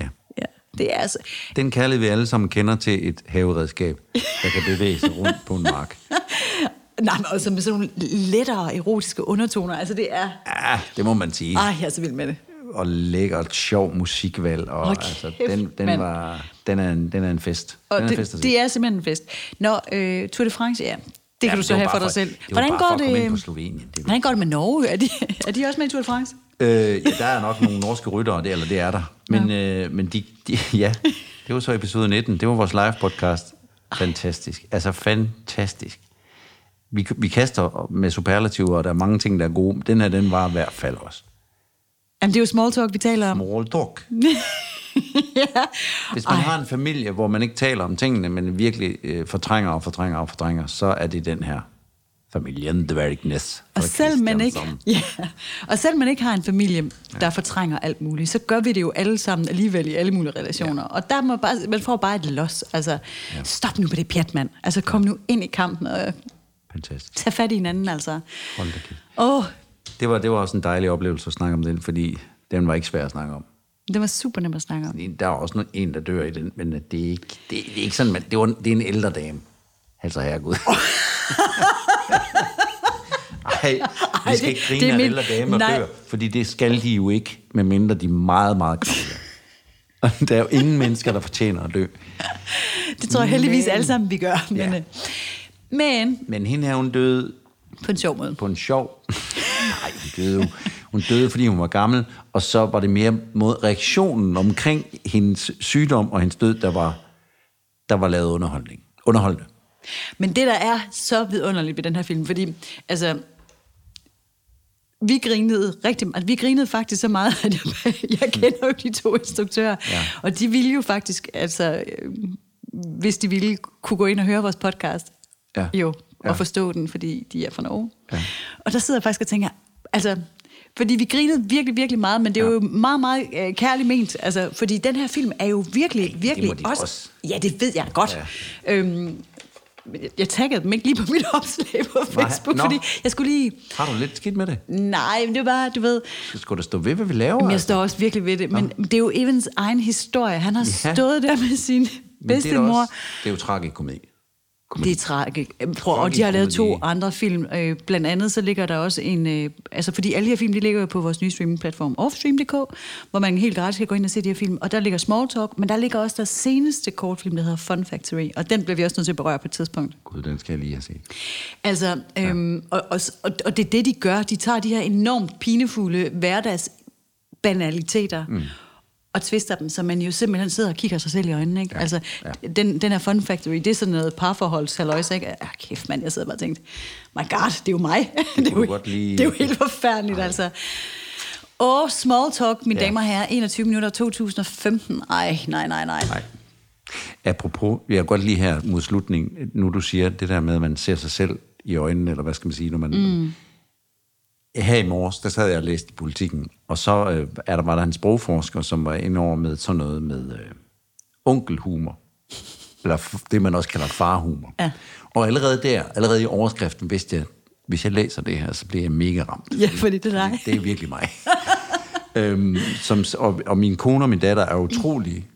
A: Ja.
B: Ja, det er altså...
A: Den kærlighed, vi alle sammen kender til et haveredskab, der kan bevæge sig rundt på en mark.
B: Nej, men også med sådan nogle lettere erotiske undertoner. Altså det er...
A: Ja, det må man sige.
B: Ej, jeg er så vild med det.
A: Og lækkert, sjov musikvalg. Og, altså,
B: Hold kæft,
A: den, den,
B: mand.
A: var, den, er en, den er en fest.
B: Og
A: den er en
B: det,
A: fest at se.
B: det er simpelthen en fest. Nå, øh, Tour de France, ja. Det kan
A: Ja,
B: du så
A: var
B: have for
A: bare
B: dig selv.
A: Det Hvordan bare går for at komme ind på Slovenien. Det
B: øh, Hvordan går det med Norge? Er de, er de også med i Tour de France?
A: Øh, ja, der er nok nogle norske ryttere, det, eller det er der. Men, ja. øh, men de, de, [LAUGHS] ja, det var så episode 19. Det var vores live podcast. Fantastisk. Altså fantastisk. Vi, vi kaster med superlativer, og der er mange ting, der er gode. Den her, den var i hvert fald også.
B: Jamen, det er jo small talk, vi taler om.
A: Moral talk.
B: [LAUGHS] ja.
A: Hvis man
B: Mm. Ej.
A: har en familie, hvor man ikke taler om tingene, men virkelig øh, fortrænger og fortrænger og fortrænger, så er det den her familien Dværgnes.
B: Og selv, man ikke, [LAUGHS] ja. og selv man ikke har en familie, der fortrænger alt muligt, så gør vi det jo alle sammen alligevel i alle mulige relationer. Ja. Og der må bare, man får bare et los. Altså, ja. stop nu med det pjat, mand. Altså, kom nu ind i kampen og
A: Fantastisk.
B: tag fat i hinanden, altså.
A: Hold da kæft.
B: Åh, oh,
A: Det var, det var også en dejlig oplevelse at snakke om den, fordi Den var ikke svær at snakke om.
B: Det var super nemt at snakke om.
A: Der er også no- en, der dør i den, men øh, det er ikke, det, det er ikke sådan, man, det, var, det er en ældre dame. Altså herregud. [LAUGHS] Ej, vi skal
B: det-
A: ikke grine
B: det er
A: af
B: min-
A: ældre damer
B: nej.
A: dør, fordi det skal de jo ikke, medmindre de er meget, meget gamle. [LAUGHS] Og der er jo ingen mennesker, der fortjener at dø.
B: Det tror jeg heldigvis alle sammen, vi gør. Men,
A: Ja.
B: ja. men
A: Men hende her, hun døde
B: på en sjov måde.
A: på en sjov... Nej, hun døde jo. Hun døde, fordi hun var gammel, og så var det mere mod reaktionen omkring hendes sygdom og hendes død, der var, der var lavet underholdning. Underholdende.
B: Men det, der er så vidunderligt ved den her film, fordi altså, vi grinede rigtig meget. Vi grinede faktisk så meget, at jeg, jeg kender jo de to instruktører.
A: Ja.
B: Ja. Og de ville jo faktisk, altså, øh, hvis de ville, kunne gå ind og høre vores podcast.
A: Ja.
B: Jo, og
A: Ja.
B: ja. forstå den, fordi de er fra Norge. Ja. Og der sidder jeg faktisk og tænker, altså, fordi vi grinede virkelig, virkelig meget, men det er ja. jo meget, meget øh, kærligt ment. Altså, fordi den her film er jo virkelig, virkelig
A: de også.
B: Ja, det ved jeg godt. Ja. Øhm, jeg- jeg taggede dem ikke lige på mit [LAUGHS] opslag på
A: Nej,
B: Facebook,
A: nå.
B: Nej, fordi jeg skulle lige...
A: Har du lidt skidt med det?
B: Nej, men det var, du ved...
A: Så skulle du stå ved, hvad vi laver.
B: Men jeg
A: altså.
B: står også virkelig ved det, men det er jo Evans egen historie. Han har
A: Ja.
B: ja. stået der med sin
A: Men det er da
B: bedstemor.
A: også- Det er jo tragikomedi.
B: Det er tragisk. Prøv, og de har lavet to andre film. Øh, blandt andet så ligger der også en... Øh, altså, fordi alle de her film, de ligger jo på vores nye streamingplatform Offstream.dk, hvor man helt gratis kan gå ind og se de her film. Og der ligger Small Talk, men der ligger også deres seneste kortfilm, der hedder Fun Factory. Og den bliver vi også nødt til at berøre på et tidspunkt.
A: Gud, den skal jeg lige have set.
B: Altså, øhm, og, og, og, og det er det, de gør. De tager de her enormt pinefulde hverdagsbanaliteter mm. og tvister dem, så man jo simpelthen sidder og kigger sig selv i øjnene. Ikke?
A: Ja,
B: Ja. Altså,
A: ja.
B: den, den her fun factory, det er sådan noget parforholdshalløjse, ikke? Ah, kæft mand, jeg sidder bare og tænkte, my god, det er jo mig. [LAUGHS] Det, er,
A: kunne
B: jo,
A: du godt lige-
B: det er jo helt forfærdeligt, altså. Og small talk, mine
A: Ja.
B: ja. damer og herrer, 21 minutter 2015. Ej, nej, nej, nej.
A: Nej. Apropos, jeg kan godt lige her mod slutningen, nu du siger det der med, at man ser sig selv i øjnene, eller hvad skal man sige, når man... Mm. Her i morges, der sad jeg og læste i politikken, og så øh, er der, var der en sprogforsker, som var inde over med sådan noget med øh, onkelhumor, eller f- det man også kalder farhumor.
B: Ja.
A: Og allerede der, allerede i overskriften, vidste jeg, hvis jeg læser det her, så bliver jeg mega ramt.
B: Ja, fordi det er dig.
A: Det er virkelig mig. [LAUGHS] øhm, som, og, og min kone og min datter er utrolig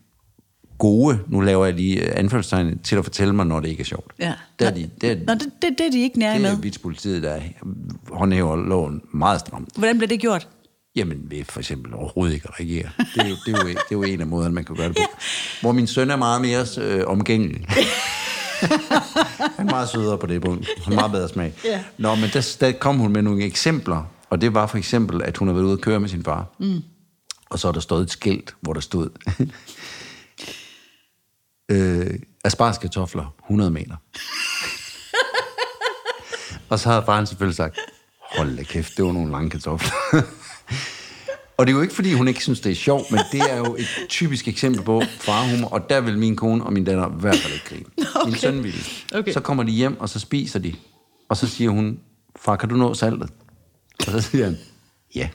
A: gode, nu laver jeg lige øh, anførselstegn, til at fortælle mig, når det ikke er sjovt.
B: Ja.
A: Der er de, der,
B: Nå, det, det, det er de ikke nære
A: det er
B: med.
A: vitspolitiet, der håndhæver loven meget stramt.
B: Hvordan bliver det gjort?
A: Jamen, ved for eksempel overhovedet ikke at reagere. Det er jo, det er jo, det er jo en af måderne, man kan gøre det på. Ja. Hvor min søn er meget mere øh, omgængelig. Han er meget sødere på det punkt. Han har meget bedre smag.
B: Ja.
A: Nå, men der, der kom hun med nogle eksempler, og det var for eksempel, at hun har været ude at køre med sin far. Mm. Og så er der stået et skilt, hvor der stod... øh, Asparskartofler, 100 meter. og så havde faren selvfølgelig sagt, hold da kæft, det var nogle lange kartofler. [LAUGHS] Og det er jo ikke, fordi hun ikke synes, det er sjovt, men det er jo et typisk eksempel på farhumor, og der vil min kone og min datter i hvert fald ikke grine. Okay. Min søn ville.
B: Okay.
A: Så kommer de hjem, og så spiser de. Og så siger hun, far, kan du nå saltet? Og så siger han, ja.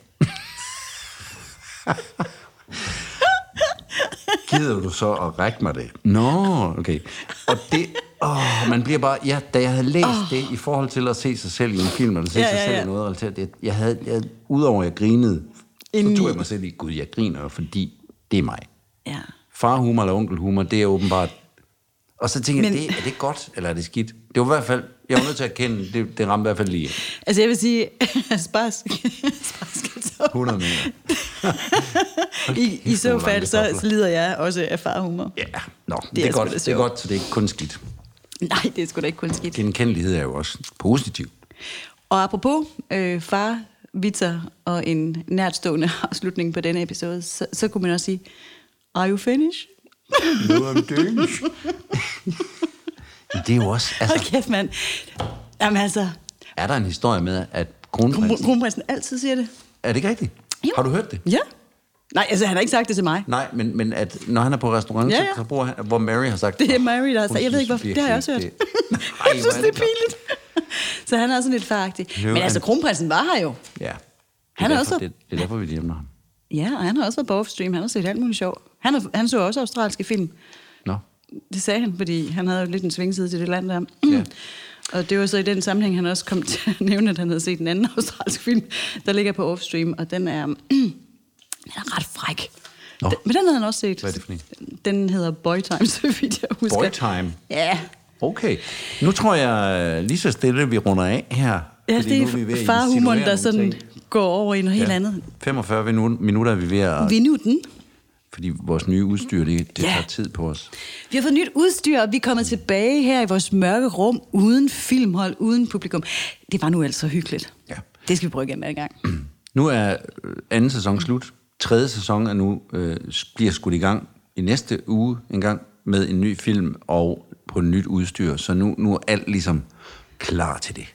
A: Gider du så at række mig det? Nå, okay. Og det, åh, man bliver bare, ja, da jeg havde læst oh. det i forhold til at se sig selv i en film, eller se ja, sig ja, selv ja. i noget relateret, jeg, jeg havde, jeg, udover at jeg grinede, så
B: Indeni.
A: tog jeg mig selv i, gud, jeg griner jo, fordi det er mig.
B: Ja.
A: Farhumor eller onkelhumor, det er åbenbart... Og så tænkte Men... jeg,
B: Men-
A: det, er det godt, eller er det skidt? Det var i hvert fald, jeg var nødt til at erkende, det, det ramte i hvert fald lige.
B: Altså, jeg vil sige, [LAUGHS] sparsk, sparsk
A: 100 meter.
B: [LAUGHS] I, I
A: kæft,
B: så
A: nogle lange
B: fald, så
A: kartofler.
B: lider jeg også af farhumor.
A: Ja, nå, det,
B: er
A: det, er
B: sgu
A: godt,
B: da
A: det er
B: sjovt.
A: godt, så det er ikke kun skidt.
B: Nej, det er sgu da ikke kun skidt.
A: Genkendelighed er jo også positivt.
B: Og apropos øh, far, vitser og en nærtstående [LAUGHS] afslutning på denne episode, så, så kunne man også sige, are you finished?
A: Nu er det er jo også, altså,
B: Hold kæft, mand. Jamen altså,
A: er der en historie med, at kronprinsen...
B: kronprinsen altid siger det.
A: Er det ikke rigtigt?
B: Jo.
A: Har du hørt det?
B: Ja. Nej, altså, han har ikke sagt det til mig.
A: Nej, men, men at når han er på restaurant, ja,
B: Ja,
A: ja.
B: ja.
A: Så, så bruger han, hvor Mary har sagt...
B: Det er Mary, der har
A: Hun
B: sagt. Jeg ved
A: synes
B: ikke, hvorfor. Det
A: virkelig
B: har jeg også hørt.
A: ikke, det- Ej,
B: [LAUGHS] jeg synes,
A: hvor
B: det
A: er
B: er pinligt. [LAUGHS] Så han er også sådan lidt faragtig.
A: Jo,
B: Men altså,
A: han-
B: kronprinsen var her jo.
A: Ja. Det er
B: Han er
A: derfor,
B: også-
A: Det, det er derfor, vi hjemme ham.
B: Ja, og han har også været på offstream. Han har set alt muligt sjov. Han, har, han så også australske film.
A: Nå.
B: Det sagde han, fordi han havde jo lidt en svingside til det land der.
A: Ja.
B: [CLEARS THROAT] Og det var så i den sammenhæng, han også kom [LAUGHS] til at nævne, at han havde set en anden australsk film, der ligger på offstream, og [CLEARS THROAT] den er... Den er ret fræk.
A: Nå.
B: Den, men den havde han også set.
A: Hvad er det for en?
B: Den hedder Boy Time, [LAUGHS] så vidt jeg husker.
A: Boy Time?
B: Ja.
A: Okay. Nu tror jeg øh, lige så stille, vi runder af her.
B: Ja,
A: fordi nu vi
B: det
A: ved at
B: er
A: insinuere
B: farhumoren, der
A: nogle
B: sådan
A: ting.
B: går over i noget helt
A: Ja.
B: andet.
A: 45 minu- minutter er vi ved at...
B: Vi nu den.
A: Fordi vores nye udstyr, det, det
B: Ja.
A: tager tid på os.
B: Vi har fået nyt udstyr, og vi er kommet tilbage her i vores mørke rum, uden filmhold, uden publikum. Det var nu altså hyggeligt.
A: Ja.
B: Det skal vi prøve igen en gang.
A: Nu er øh, anden sæson slut. Tredje sæson er nu, øh, s- bliver skudt i gang i næste uge en gang med en ny film og på nyt udstyr. Så nu, nu er alt ligesom klar til det.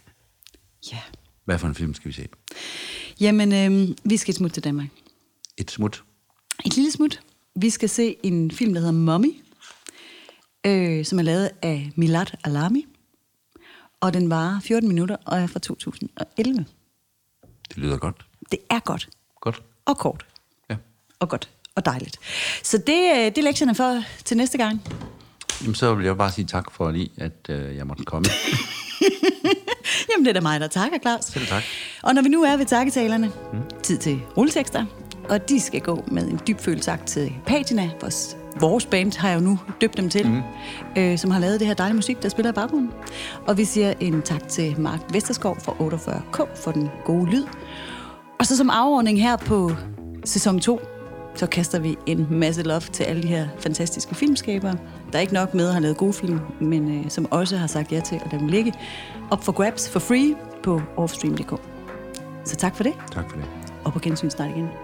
B: Ja.
A: Hvad for en film skal vi se?
B: Jamen, øhm, vi skal et smut til Danmark.
A: Et smut.
B: Et lille smut. Vi skal se en film, der hedder Mommy, øh, som er lavet af Milad Alami. Og den varer 14 minutter og er fra 2011.
A: Det lyder godt.
B: Det er godt.
A: Godt.
B: Og kort.
A: Ja.
B: Og godt. Og dejligt. Så det, øh, det er lektionerne for til næste gang.
A: Jamen, så vil jeg bare sige tak for lige, at øh, jeg måtte komme.
B: [LAUGHS] Jamen, det er da mig, der takker, Claus.
A: Selv tak.
B: Og når vi nu er ved takketalerne, mm. tid til rulletekster. Og de skal gå med en dyb følelsagt til Patina, vores, vores band har jeg jo nu døbt dem til, mm. øh, som har lavet det her dejlige musik, der spiller i baggrunden. Og vi siger en tak til Mark Vesterskov fra 48K for den gode lyd. Og så som afordning her på sæson 2, så kaster vi en masse love til alle de her fantastiske filmskabere, der ikke nok med har lavet gode film, men øh, som også har sagt ja til at lade dem ligge op for grabs for free på offstream.dk. Så tak for det,
A: Tak for det.
B: og på gensyn snart igen.